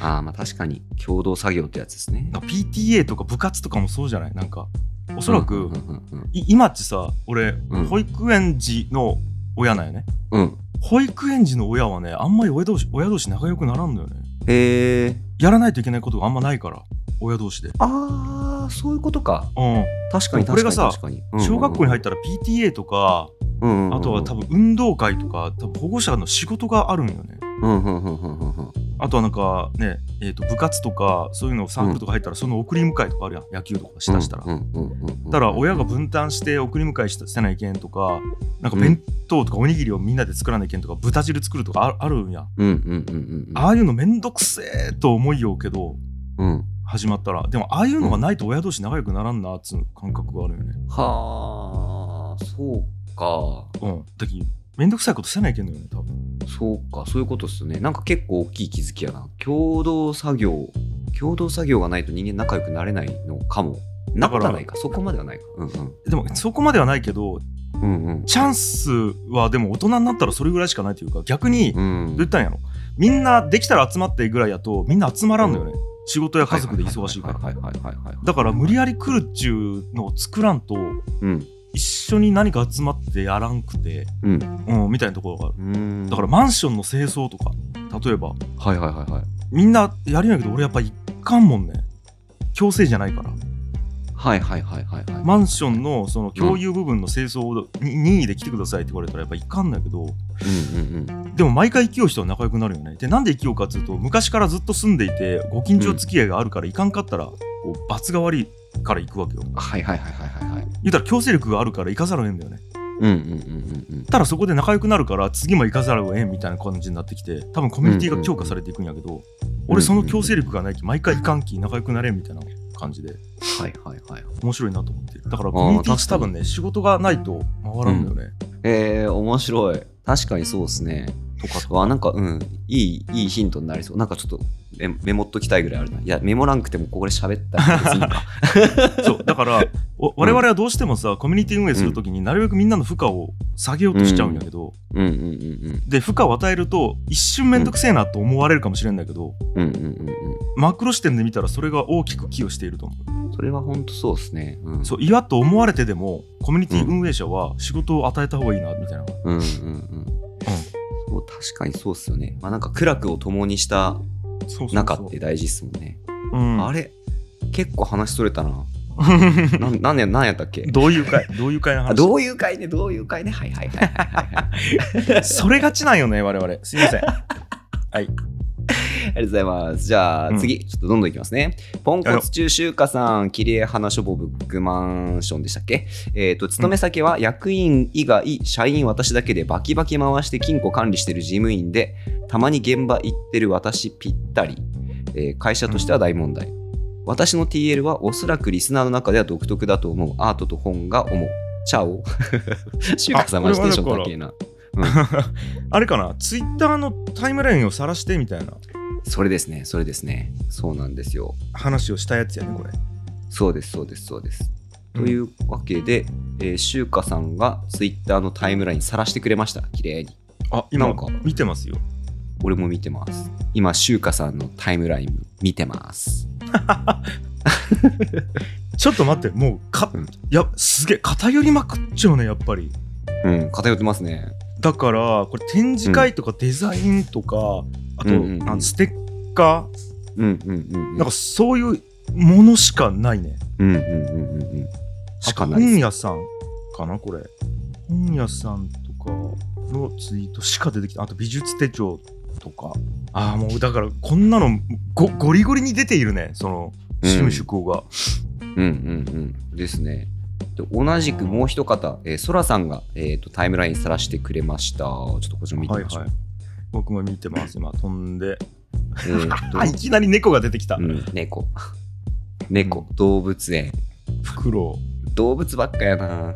S1: ああ、まあ確かに、共同作業ってやつですね
S2: な。んか PTA とか部活とかもそうじゃないなんかおそらく、
S1: うんうんうん
S2: い今ってさ俺、
S1: ん
S2: 保育園児の親なんよね
S1: うん、うん。
S2: 保育園児の親はねあんまり親同士親同士仲良くならんのよね
S1: へえ。
S2: やらないといけないことがあんまないから親同士で、
S1: ああそういうことか
S2: う
S1: 確かに
S2: これ
S1: 確か
S2: が
S1: に
S2: さ
S1: 確かに
S2: ん、小学校に入
S1: っ
S2: ったら PTA と
S1: うんうん
S2: か、
S1: うんうん、
S2: あとは多分運動会とか多分保護者の仕事があるんよね
S1: うんうんうんうんうんうん
S2: あとはなんかね、えー、と部活とかそういうのサークルとか入ったらその送り迎えとかあるやん野球とかしだしたら、
S1: うんうんうんうんうん
S2: ただ親が分担して送り迎えしたせないけんとかなんか弁当とかおにぎりをみんなで作らないけんとか豚汁作るとかああるんやん
S1: うんうんうんうんうん
S2: ああいうのめんどくせえと思いようけど
S1: うん
S2: 始まったらでもああいうのがないと親同士仲良くならんなっつう感覚があるよね
S1: はあそうか
S2: うんだきめんどくさいことせないけんのよね多分
S1: そうかそういうことっすよねなんか結構大きい気づきやな共同作業共同作業がないと人間仲良くなれないのかもなく
S2: だから
S1: はないかそこまではないかうんうん
S2: でもそこまではないけど
S1: うんうん
S2: チャンスはでも大人になったらそれぐらいしかないというか逆にどう
S1: うん
S2: 言ったんやろみんなできたら集まってぐらいやとみんな集まらんのよね、仕事や家族で忙しいから
S1: はいはいはいはいはいはいはいはい
S2: だから無理やり来るっちゅうのを作らんと
S1: うん
S2: 一緒に何か集まってやらんくて、
S1: うん
S2: うん、みたいなところがある
S1: うん
S2: だからマンションの清掃とか例えば
S1: はいはいはいはい
S2: みんなやるんやけど俺やっぱ一貫もんね強制じゃないから
S1: はいはいはいはいはい
S2: マンションのその共有部分の清掃をに任意で来てくださいって言われたらやっぱいかんだけど
S1: うんうんうん
S2: でも毎回生きよう人は仲良くなるよねでなんで生きようかっていうと昔からずっと住んでいてご近所付き合いがあるからいかんかったらこう罰が悪いから行くわけよ
S1: はいはいはいはいはいはい
S2: 言うたら強制力があるから行かざるを得んだよね
S1: うんうんうんうんうん
S2: ただそこで仲良くなるから次も行かざるを得んみたいな感じになってきて多分コミュニティが強化されていくんやけど、俺その強制力がないき毎回行かんき仲良くなれんみたいな感じで
S1: はいはいはい
S2: 面白いなと思ってるだからコミュニティって多分ね仕事がないと回らんのよね、
S1: えー、面白い確かにそうですね
S2: とかとか
S1: わなんかうんいいいいヒントになりそうなんかちょっとメメモっときたいぐらいあるないやメモらんくてもここで喋ったら別にいい か
S2: そうだ からお我々はどうしてもさコミュニティ運営するときになるべくみんなの負荷を下げようとしちゃうんやけど、
S1: うんうんうん
S2: で負荷を与えると一瞬めんどくせえなと思われるかもしれんだけど、
S1: うんうんうんうん
S2: マクロ視点で見たらそれが大きく寄与していると思う
S1: うんそれは本当そうですねうん
S2: そう嫌と思われてでもコミュニティ運営者は仕事を与えた方がいいなみたいな、
S1: うんうんうんそう確かにそうっすよねまあなんか苦楽を共にした
S2: そうそうそう
S1: 中って大事っすもんね
S2: うん、
S1: あ
S2: れ
S1: れ結構話それたななんなんやなんやったっ け
S2: どういう会どういう会の
S1: あ
S2: 話
S1: どういう会ねどういう会ねはいはいはいはいはい、はい、あ
S2: それがちなんよね我々すいません
S1: りがとうございますじゃあ
S2: うん
S1: 次、ちょっとどんどんいきますねポンコツ中秋華さん切り花書房ブックマンションでしたっけえっ、と勤め先は役員以外社員私だけでバキバキ回して金庫管理してる事務員でたまに現場行ってる私ぴったり、えー会社としては大問題、私の TL はおそらくリスナーの中では独特だと思うアートと本が思うチャオ 中華さんマジテンション高えな
S2: あれかなツイッターのタイムラインを晒してみたいな
S1: それですね、それですね。そうなんですよ。
S2: 話をしたやつやねこれ
S1: そうです、そうです、そうです。というわけで、えー、シュウカさんがツイッターのタイムライン晒してくれました。綺麗に。
S2: あ今
S1: なんか
S2: 見てますよ
S1: 俺も見てます。今、シュウカさんのタイムライン見てます。
S2: ちょっと待ってもうか、
S1: うん
S2: いやすげえ偏りまくっちゃうねやっぱり
S1: うん、偏ってますね。
S2: だからこれ展示会とかデザインとか、あと、
S1: うんうんうん
S2: あのステッカー、
S1: うんうんうんうん。
S2: なんかそういうものしかないね
S1: うんうんうんうんうん。しかない
S2: あと
S1: で
S2: 本
S1: す。
S2: 屋さんかなこれ本屋さんとかのツイートしか出てきたあと美術手帳とかああもうだからこんなのごゴリゴリに出ているねその
S1: うん
S2: 趣味趣向が、
S1: うんうんうん。ですね。で同じくもう一方、えー、ソラさんが、えー、とタイムライン晒してくれました。ちょっとこちら見て
S2: は
S1: み
S2: い
S1: ましょう。
S2: はい僕も見てます今飛んで
S1: えーと
S2: あいきなり猫が出てきた、
S1: うん、猫。猫、動物園。
S2: フクロ
S1: 動物ばっかやな。あ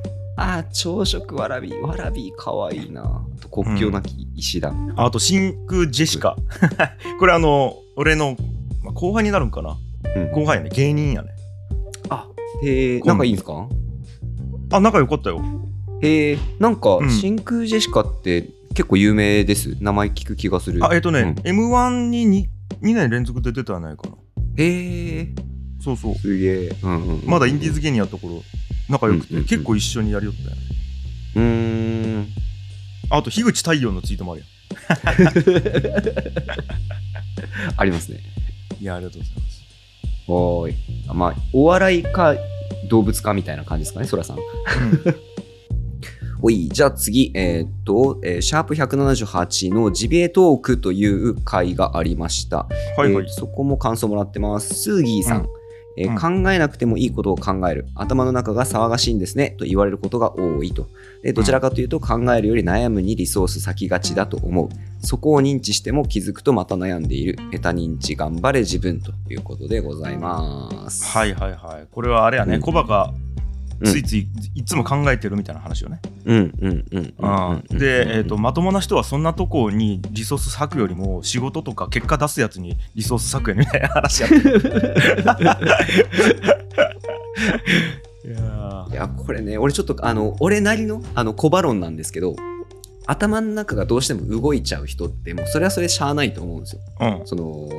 S1: あ、朝食わらび、わらびかわいいな。あと国境なき石だ。
S2: ウあと真空ジェシカ これあの俺の、まあ、後輩になるんかな
S1: うん
S2: 後輩やね芸人やね
S1: あへえ、なんかいいんですか
S2: あ仲良かったよ
S1: へえ、なんか
S2: うん
S1: 真空ジェシカって結構有名です。名前聞く気がする。
S2: あえっ、とね、
S1: うん
S2: m 1に 2, 2年連続で出てはないかな
S1: へえ、
S2: そうそう
S1: すげえ。うんうんうん
S2: まだインディーズ芸人やった頃仲良くて、
S1: うんうんうん
S2: 結構一緒にやりよったよね
S1: うーん。
S2: あと樋口太陽のツイートもあるや
S1: ありますね。
S2: んいやありがとうございます
S1: おーい。あまあ、お笑いか動物かみたいな感じですかね、そらさん。おい、じゃあ次、えーっと、えーシャープ178のジビエトークという回がありました。
S2: はいはい、
S1: えーそこも感想もらってます。スーギーさん。
S2: うん
S1: えー考えなくてもいいことを考える頭の中が騒がしいんですねと言われることが多いとでどちらかというと考えるより悩むにリソース先がちだと思うそこを認知しても気づくとまた悩んでいるメタ認知頑張れ自分ということでございます
S2: はいはいはいこれはあれや
S1: う
S2: ね、
S1: ん
S2: 小バが
S1: うん
S2: ついついいつも考えてるみたいな話よね、
S1: うんうんうんうんうんうん
S2: あ
S1: う
S2: ー
S1: ん
S2: で、えー、とまともな人はそんなとこにリソース割くよりも仕事とか結果出すやつにリソース割くよねみたいな話やってるいやー
S1: いやこれね俺ちょっとあの俺なりのあの小バロンなんですけど頭の中がどうしても動いちゃう人ってもうそれはそれしゃあないと思うんですよ
S2: うん
S1: その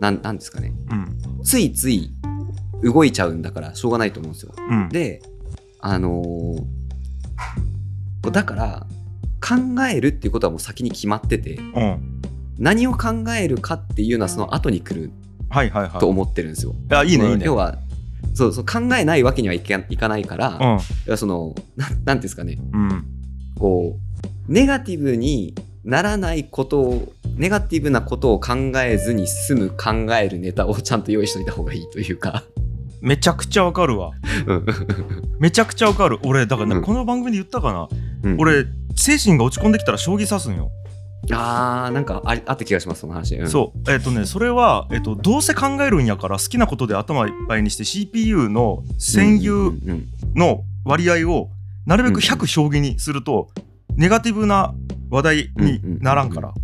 S1: なんなんですかね
S2: うん
S1: ついつい動いちゃうんだからしょうがないと思うんですよ
S2: うん
S1: であのーだから考えるっていうことはもう先に決まってて
S2: うん。
S1: 何を考えるかっていうのはその後に来る
S2: はいはいはい。
S1: と思ってるんですよ。
S2: あ、いい
S1: そ
S2: ね、
S1: の
S2: いいね。
S1: 要はそうそう考えないわけにはいかいかないから、
S2: う
S1: 要
S2: ん。
S1: はそのななんていうんですかね
S2: うん。
S1: こうネガティブにならないことをネガティブなことを考えずに済む考えるネタをちゃんと用意しといた方がいいというか。
S2: めちゃくちゃわかるわ。
S1: うん
S2: めちゃくちゃわかる。俺、だから
S1: う
S2: ね、
S1: ん
S2: この番組で言ったかな。
S1: うん
S2: 俺、精神が落ち込んできたら将棋指すんよ。
S1: あーなんかありあった気がしますその話。うん
S2: そう。えっとね、それは、えっと、どうせ考えるんやから好きなことで頭いっぱいにして CPU の占有
S1: うんうん
S2: の割合をなるべく100将棋にすると、ネガティブな話題にならんから、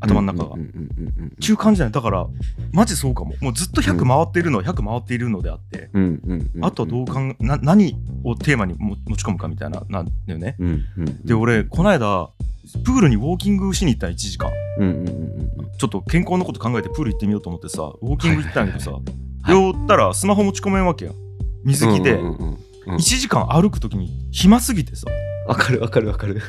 S2: 頭の中が
S1: うん。うんうんうんうん
S2: 中間じゃない。だから、マジそうかも。もうずっと100回っているのは100回っているのであって、
S1: うんうんうんうん
S2: あとはどうかんな何をテーマにも持ち込むかみたいな、なんだよね。
S1: うんうんうん
S2: で、俺、この間、プールにウォーキングしに行った1時間。
S1: うんうんうんうん
S2: ちょっと健康のこと考えてプール行ってみようと思ってさ、ウォーキング行ったんやけどさ、
S1: い
S2: よったらスマホ持ち込めんわけやん。水着で
S1: うんうんうんうん
S2: 1時間歩くときに暇すぎてさ。
S1: わかるわかるわかる。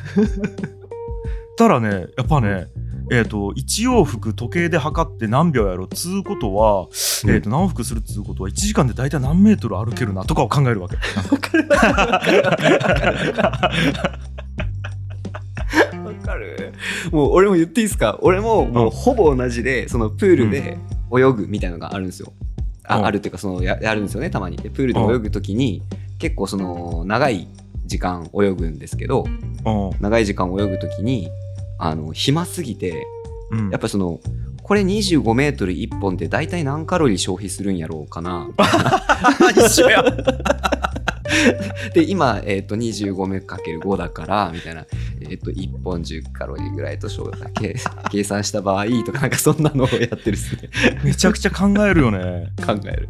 S2: たらね、やっぱね、えっ、と、1往復時計で測って何秒やろつうことは、
S1: うん
S2: えっ、と、何往復するつうことは1時間で大体何メートル歩けるなとかを考えるわ け。
S1: わかるわかるわかるもう俺も言っていいですか俺ももうほぼ同じでそのプールで泳ぐみたいのがあるんですよ、
S2: う
S1: あ
S2: ん
S1: あるっていうかそのややるんですよねたまにでプールで泳ぐ時に結構その長い時間泳ぐんですけど
S2: うん。
S1: 長い時間泳ぐ時にあの暇すぎて
S2: うん
S1: やっぱそのこれ2 5メートル1本って大体何カロリー消費するんやろうかな
S2: 一緒や。
S1: で今、えっと25目かける5だからみたいな、えっと1本10カロリーぐらいと消 計計算した場合とかなんかそんなのをやってるっす ね
S2: めちゃくちゃ考えるよね。
S1: 考える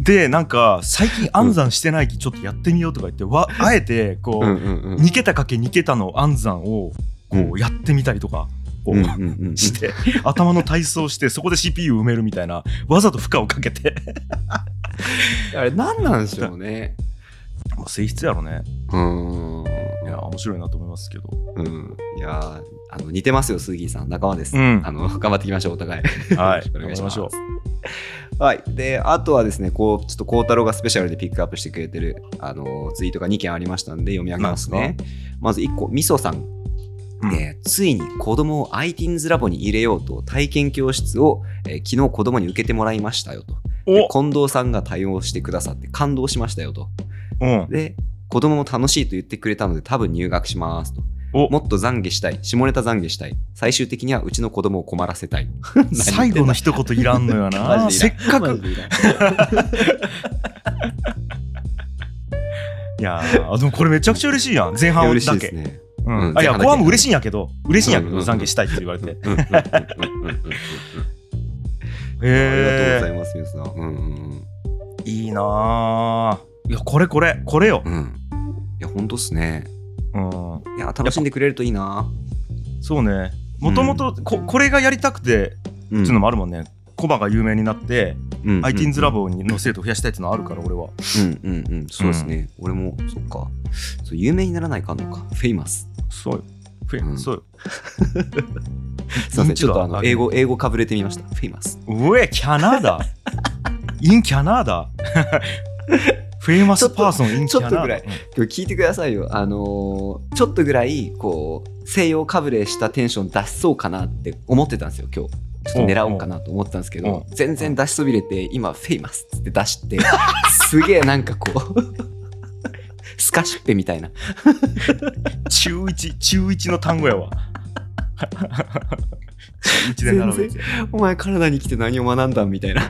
S2: で、なんか、最近暗算してないきちょっとやってみようとか言って、わあえて、こう、
S1: うんうんうん
S2: 2桁かけ2桁の暗算をこうやってみたりとかこう
S1: うんうんうんうん
S2: して頭の体操してそこで CPU 埋めるみたいなわざと負荷をかけて
S1: あれ何なんでしょうね
S2: まあ性質やろね
S1: うーん
S2: いや面白いなと思いますけど
S1: うんいやーあの似てますよ杉井さん仲間です、
S2: うん
S1: あの頑張っていきましょうお互い
S2: は
S1: よ
S2: い
S1: ろくお願いします
S2: 頑張り
S1: はい。で、あとはですね、こう、ちょっと孝太郎がスペシャルでピックアップしてくれてる、あの、ツイートが2件ありましたんで、読み上げますね。まず1個、みそさん。
S2: うん
S1: えーついに子供を iTeens ラボに入れようと体験教室を、えー昨日子供に受けてもらいましたよと。で
S2: お
S1: 近藤さんが対応してくださって感動しましたよと。
S2: うん
S1: で、子供も楽しいと言ってくれたので多分入学しますと。
S2: お
S1: もっと懺悔したい。下ネタ懺悔したい。最終的にはうちの子供を困らせたい。
S2: 最後の一言いらんのよな
S1: マジで
S2: せ
S1: い
S2: っ
S1: らん
S2: か
S1: マ
S2: く
S1: ジでいらん
S2: いやーでもこれめちゃくちゃ嬉しいやん前半
S1: 嬉しい
S2: だ
S1: です
S2: け
S1: ね。
S2: うん
S1: うん
S2: あい
S1: 前半だ
S2: や
S1: け
S2: 後半も嬉しいんやけど嬉しいんやけ
S1: うん
S2: ど
S1: うんうん
S2: 懺悔したいって言われ てへ
S1: うんうんうんうんうんうんうんありがと
S2: え
S1: うございます、皆さん。うんうん
S2: いいなーいやこれこれこれよ
S1: うん、うん。いや、本当っすね。
S2: うん
S1: いや、楽しんでくれるといいな。
S2: そうねもともとここれがやりたくて
S1: うん
S2: っていうのもあるもんね。コバが有名になって、
S1: うん、
S2: i t e e n s ラボの生徒を増やしたいっていうのはあるから、俺は。
S1: うんうんうん、そうですね。俺も、そっか。そう、有名にならないかんのか。フェイマス。
S2: そうよ。フ
S1: う
S2: ェ
S1: ん
S2: そうよ。
S1: すいません、ちょっとあ
S2: 認知度は
S1: の、
S2: 上げ
S1: 英語、英語かぶれてみました。フェイマス。
S2: うえ、キャナダ。in キャナダ。フェイマスパーソン in
S1: ち
S2: キ
S1: ょ
S2: ャ
S1: っ
S2: ナ
S1: と
S2: ダ。
S1: ぐらい今日聞いてくださいよ。あのーちょっとぐらい、こう、西洋かぶれしたテンション出しそうかなって思ってたんですよ、今日。ちょっと狙おうかなと思ってたんですけど、
S2: う
S1: 全然出しそびれて、今、フェイマスって出して、すげえなんかこう、スカシッペみたいな。
S2: 中1、中1の単語やわ。中1で並べて。
S1: お前、カナダに来て何を学んだんみたいな。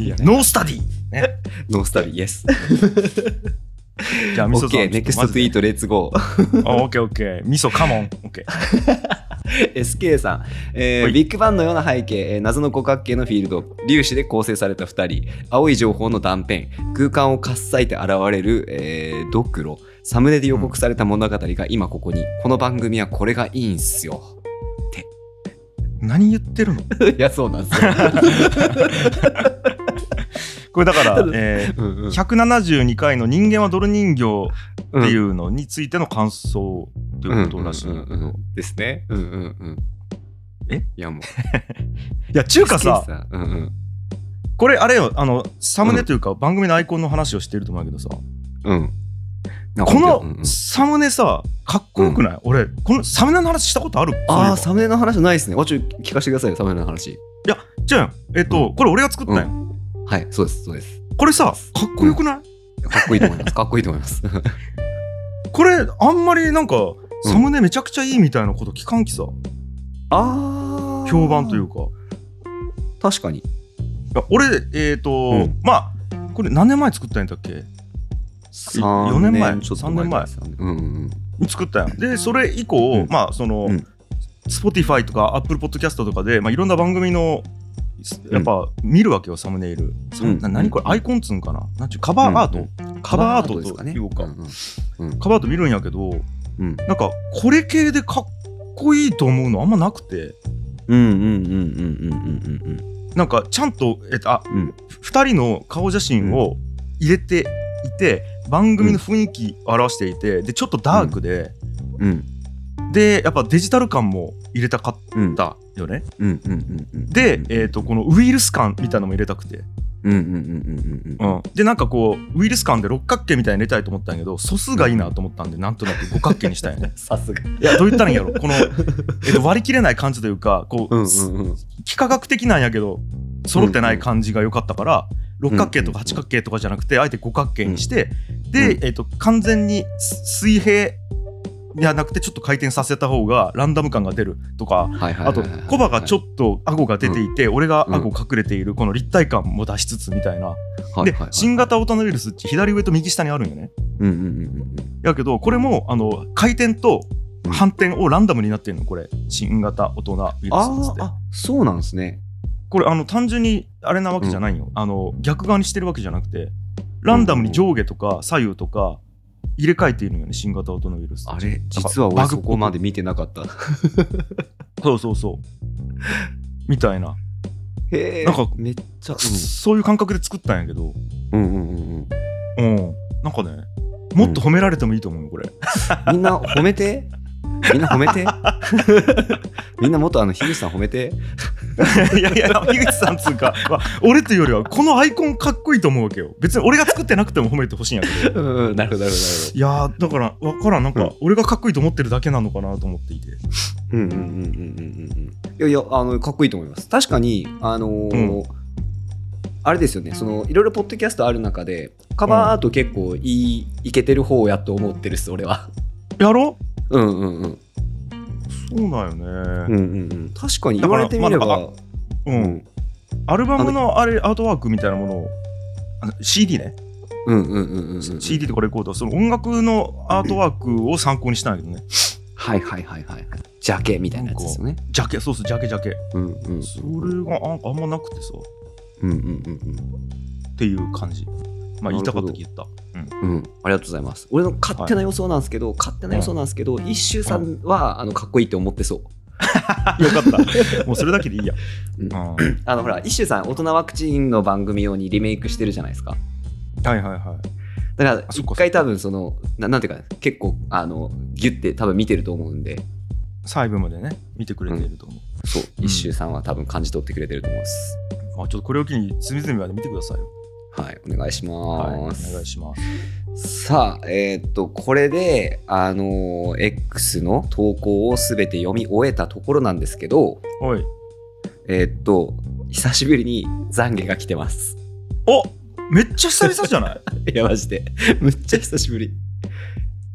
S1: いや、
S2: ノースタディね。
S1: ノースタビー、イエス。
S2: じゃあ、
S1: オ
S2: みそ
S1: ッ
S2: さん。
S1: ケー、ネクストツイー
S2: ト。
S1: ト、レッツゴー。
S2: オッケーオッケー。みそカモン。オッケー。
S1: SK さん、えー
S2: はい
S1: ビッグバンのような背景、えー謎の五角形のフィールド粒子で構成された2人青い情報の断片空間をかっさいて現れる、えードクロサムネで予告された物語が今ここに、この番組はこれがいいんすよ
S2: 何言ってるの
S1: いやそうなんですよ
S2: これだから、えー
S1: うんうん
S2: 172回の「人間は泥人形」っていうのについての感想ということらしいんだ
S1: うんうん
S2: け
S1: うん
S2: ど
S1: うんですね。うんうんうん。
S2: え
S1: いやもう。
S2: いや中華さ
S1: 好きでうんうん
S2: これあれよあのサムネというか番組のアイコンの話をしてると思うんだけどさ
S1: うん。なんかう
S2: こ
S1: んうん
S2: のサムネさかっこよくない俺このサムネの話したことある
S1: ああ、
S2: そう
S1: サムネの話ないですね。おちょっと聞かせてくださいよ、サムネの話。
S2: いえばいやじゃあえっとこれ俺が作ったん
S1: う
S2: よ
S1: はい、そうです、そうです。
S2: これさかっこよくない
S1: かっこいいと思います。かっこいいと思います。
S2: これあんまりなんか
S1: ん
S2: サムネめちゃくちゃいいみたいなこと聞かんきさ
S1: ああ。
S2: 評判という
S1: か。
S2: かい
S1: 確かに。
S2: や俺えっと
S1: ん
S2: まあこれ何年前作ったんだっけ
S1: 三
S2: 年前
S1: ちょっとですうんうん
S2: 作ったやんでそれ以降、
S1: うん
S2: まあその、
S1: うん
S2: Spotify とか Apple Podcast とかで、まあ、いろんな番組のやっぱ見るわけよ、サムネイル、サム
S1: うん
S2: な何これアイコンつうんかななんちゅうカバーアート、
S1: うん
S2: カバーアート
S1: です
S2: と
S1: かね。
S2: いうか
S1: んうん
S2: カバーアート見るんやけど
S1: うん
S2: なんかこれ系でかっこいいと思うのあんまなくて
S1: うんうんうんうんうんうんうんうん
S2: なんかちゃんと、えっと、あ
S1: うん
S2: 2人の顔写真を入れていて、番組の雰囲気を表していてでちょっとダークで、
S1: うん
S2: でやっぱデジタル感も入れたかっ
S1: うん
S2: たよね
S1: うんうんうんうん
S2: で、えー、とこのウイルス感みたいなのも入れたくて、
S1: うんうんうんうんうん
S2: でなんかこうウイルス感で六角形みたいに入れたいと思ったんやけど素数がいいなと思ったんでなんとなく五角形にしたんや ね
S1: さすが
S2: いやどう言ったらいいんやろこの、えーと割り切れない感じというかこう、
S1: うんうん
S2: す
S1: うん
S2: 幾何学的なんやけど揃ってない感じが良かったから、六角形とか八角形とかじゃなくてあえて五角形にして、で、えー、と完全に水平じゃなくてちょっと回転させた方がランダム感が出るとか
S1: はいはい
S2: あとコバがちょ
S1: っ
S2: っと顎が出ていて、俺が顎隠れているこの立体感も出しつつみたいな、
S1: と
S2: で、新型オタナウイルスって左上と右下にあるんよね
S1: うんうんうん
S2: やけどこれもあの回転と
S1: うん
S2: 反転をランダムになってるのこれ新型オトナウイルスっつ
S1: あ
S2: って
S1: ーあそうなんですね
S2: これあの単純にあれなわけじゃないよ、あの逆側にしてるわけじゃなくてランダムに上下とか左右とか入れ替えているんよね新型オトナウイルス
S1: あれ実は俺そこまで見てなかった
S2: そうそうそうみたいな、
S1: へえ
S2: なんか
S1: めっちゃ
S2: そういう感覚で作ったんやけど
S1: うんうんうんうんうん
S2: うん、なんかね、もっと褒められてもいいと思うよ、これ。
S1: みんな褒めてみんな褒めてみんなもっとあの樋口さん褒めて
S2: いやいや、樋口さんつうか、まあ俺というよりは、このアイコンかっこいいと思うわけよ。別に俺が作ってなくても褒めてほしいんやけど。
S1: うんうんなるほどなるほどなるほ
S2: いやー、だから、わからん、なん
S1: う
S2: か
S1: ん、
S2: 俺がかっこいいと思ってるだけなのかなと思っていて。
S1: うんうんうんうんうんうんいやいやあのかっこいいと思います確かにあのーあれですよねそのいろいろポッドキャストある中でカバーアート結構いいいけてる方やと思ってるっす俺は
S2: やろ
S1: うんうんうん
S2: そうだよ
S1: うんう
S2: ね。
S1: んうん確かに言われてみれ
S2: だか
S1: ば、
S2: らまうん。アルバムのあれ、アートワークみたいなものを、あの CD ね、
S1: うんうんうんうんうん
S2: CD とかレコード、その音楽のアートワークを参考にしたんやけどね。
S1: はいはいはいはいジャケみたいなやつですよね
S2: ジャケ、そうそう、ジャケジャケ。
S1: うんうん
S2: それがああんまなくてさ。
S1: うんうんうんうん
S2: っていう感じ。まあ言いたかった言った。
S1: うん、ありがとうございます俺の勝手な予想なんですけど、勝手な予想なんですけど、一周さんはあのかっこいいって思ってそう
S2: よか った。もうそれだけでいいや。
S1: う
S2: うんん、はい
S1: あのほら一周さん大人ワクチンの番組用にリメイクしてるじゃないですか
S2: はいはい。
S1: だから
S2: あそ
S1: 一
S2: っか
S1: 回多分そのななんていうか結構あのギュッて多分見てると思うんで
S2: 細部までね、見てくれていると思う。
S1: そう
S2: うん
S1: 一周さんは多分感じ取ってくれてると思います、
S2: まあちょっとこれを機に隅々まで見てくださいよ。
S1: はいお願いし
S2: はい。お
S1: ます、
S2: 願いします。
S1: さあ、えーっと、これで、あのー X の投稿をすべて読み終えたところなんですけど、
S2: おい。
S1: えーっと、久しぶりに懺悔が来てます。
S2: おめっちゃ久々じゃ ない
S1: いや、マジで。 むっちゃ久しぶり。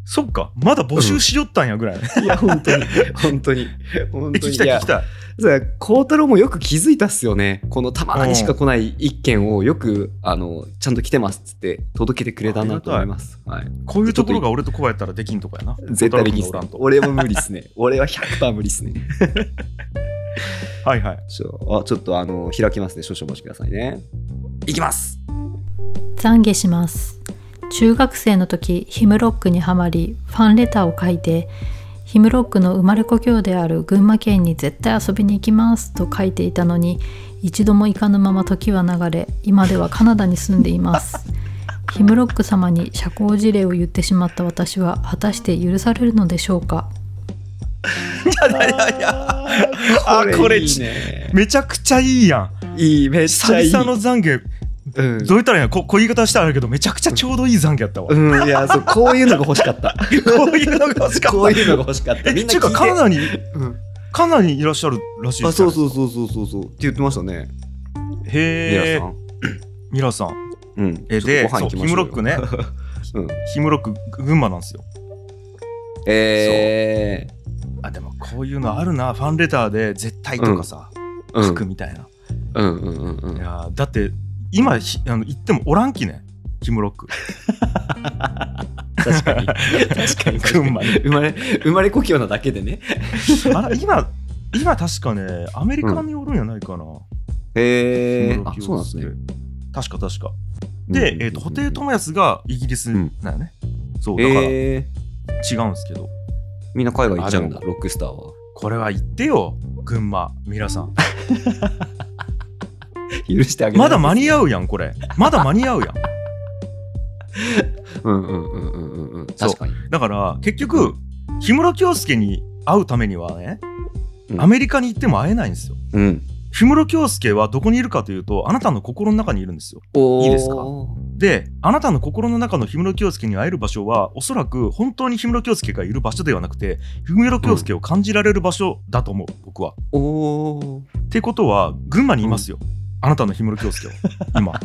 S2: そっか。まだ募集しよったんやぐらい。
S1: いや、本当に、 本当に、本
S2: え、
S1: 当
S2: 聞
S1: に。
S2: きたい
S1: いや
S2: 聞きたい。
S1: そう孝太郎もよく気づいたっすよね。このたまにしか来ない一件をよく、あの、ちゃんと来てますっつって届けてくれたなと思います。はい。
S2: こういうところが俺とこうやったらできんとこやな。
S1: 絶対できんっす
S2: 小太郎君がおらんと。
S1: 俺も無理っすね。 俺は100%無理っすね。
S2: はいはい。
S1: ちょあちょっとあの開きますね少々お待ちくださいねいきます
S3: 懺悔します中学生の時ヒムロックにはまりファンレターを書いてヒムロックの生まれ故郷である群馬県に絶対遊びに行きますと書いていたのに一度も行かぬまま時は流れ今ではカナダに住んでいますヒムロック様に社交辞令を言ってしまった私は果たして許されるのでしょうか
S2: やいやいやいやあーこれ
S1: いいね
S2: めちゃくちゃいいやん
S1: いいめっちゃいい
S2: 久々の懺
S1: うん
S2: 悔どう言ったらいいのここういう言い方したらあれだけどめちゃくちゃちょうどいい懺悔やったわ、
S1: うん、いやそうこういうのが欲しかった
S2: こういうのが欲しかった
S1: こういうのが欲しかったみんな聞
S2: てい
S1: いうて
S2: かカナダに
S1: うん
S2: カナダにいらっしゃるらしい
S1: あそう
S2: う
S1: そうそうそうそうそうって言ってましたね
S2: へえ
S1: ミラさん
S2: ミラさ
S1: う
S2: ん
S1: ん
S2: え
S1: ちょっと
S2: で
S1: ご飯行きましょうよ
S2: そうヒ ムロッ
S1: うん
S2: ヒムロック群馬なんですよ
S1: え
S2: あでもこういうのあるなファンレターで絶対とかさ、
S1: ーうん
S2: 書くみたいな、
S1: うんうんうんうん
S2: いやーだって今ひあの行ってもおらんきねヒムロック
S1: 確かに確 かに
S2: 群馬に
S1: 生まれ生まれ故郷なだけでね
S2: あ ら今今確かねアメリカにおるんやないかな、
S1: へ
S2: ヒ
S1: え
S2: ムロ
S1: あ
S2: ッキ
S1: そう
S2: を
S1: なんですね
S2: 確か確かで、えー、と布袋寅泰がイギリスなんやね、そうだから違
S1: えー、
S2: うんですけど、
S1: みんな海外行っちゃうんだ
S2: あ
S1: ロックスターは
S2: これは行ってよ群馬皆さん
S1: 許してあげ
S2: まだ間に
S1: う
S2: 合うやんこれまだ間に合うやん
S1: うんうんうんうんうんうん
S2: そう
S1: 確かに
S2: だから結局氷室京介に会うためにはね
S1: うん
S2: アメリカに行っても会えないんですよ
S1: うん
S2: 氷室京介はどこにいるかというとあなたの心の中にいるんですよ
S1: おー
S2: いいですかであなたの心の中の氷室京介に会える場所はおそらく本当に氷室京介がいる場所ではなくて氷室京介を感じられる場所だと思う、僕は。
S1: おー
S2: ってことは群馬にいますよ、あなたの氷室 京介を今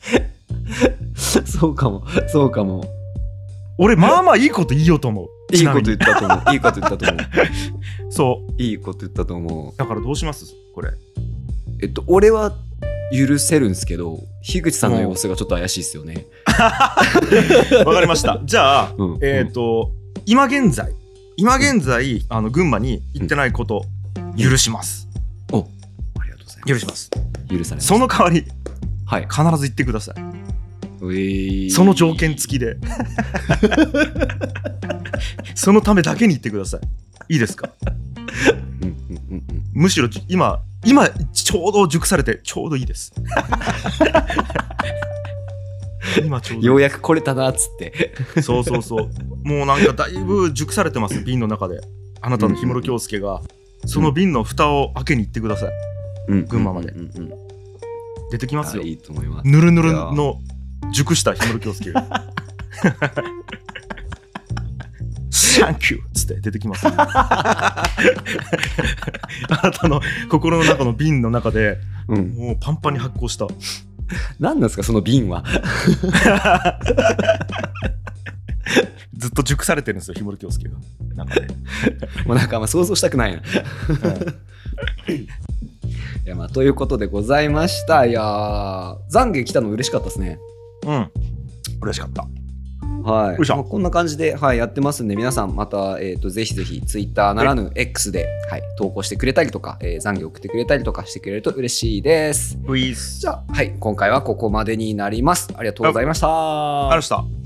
S1: そうかもそうかも
S2: 俺まあまあいいこと言いようと思う
S1: い
S2: ち
S1: い
S2: な
S1: こ
S2: み
S1: と
S2: に
S1: 言ったと思ういいこと言ったと思う
S2: そう
S1: いいこと言ったと思う
S2: だからどうしますこれ
S1: えっと、俺は許せるんですけど、樋口さんの様子がちょっと怪しいですよね。
S2: わかりましたじゃあ
S1: うん
S2: えっ、と今現在今現在あの群馬に行ってないこと許します
S1: ありがとうござい
S2: 許します
S1: ます。許されます。
S2: その代わり
S1: はい。
S2: 必ず行ってくださいそ
S1: そ
S2: の条件付きでそのためだけに言ってくださいいいですか
S1: うんうんうんうん
S2: むしろち今今ちょうど熟されてちょうどいいです今ちょうど
S1: ようやく来れたなっつって。
S2: そうそうそうもうなんかだいぶ熟されてます瓶の中であなたの氷室京介がその瓶の蓋を開けに行ってください群馬まで
S1: うんうんうん
S2: 出てきますよ
S1: あいいと思います。
S2: ぬるぬるの熟した氷室京介がサンキューっつって出てきますよあなたの心の中の瓶の中で
S1: うん。
S2: もうパンパンに発酵した
S1: 何なんですか、その瓶は。
S2: ずっと熟されてるんですよ、氷室京介が。なんかね、
S1: もうなんかあんま想像したくないな。い や、まあ、ということでございました。いやー、懺悔来たの嬉しかったですね。
S2: うん。嬉しかった。
S1: はい、
S2: よいしょ
S1: まあこんな感じで、はい、やってますんで、皆さんまた、えー、とぜひぜひ Twitter ならぬ X で、はい、投稿してくれたりとか、えー、懺悔送ってくれたりとかしてくれると嬉しいです。
S2: ウィース。
S1: じゃあ、はい、今回はここまでになります。ありがとうございました。
S2: ありがとうございました。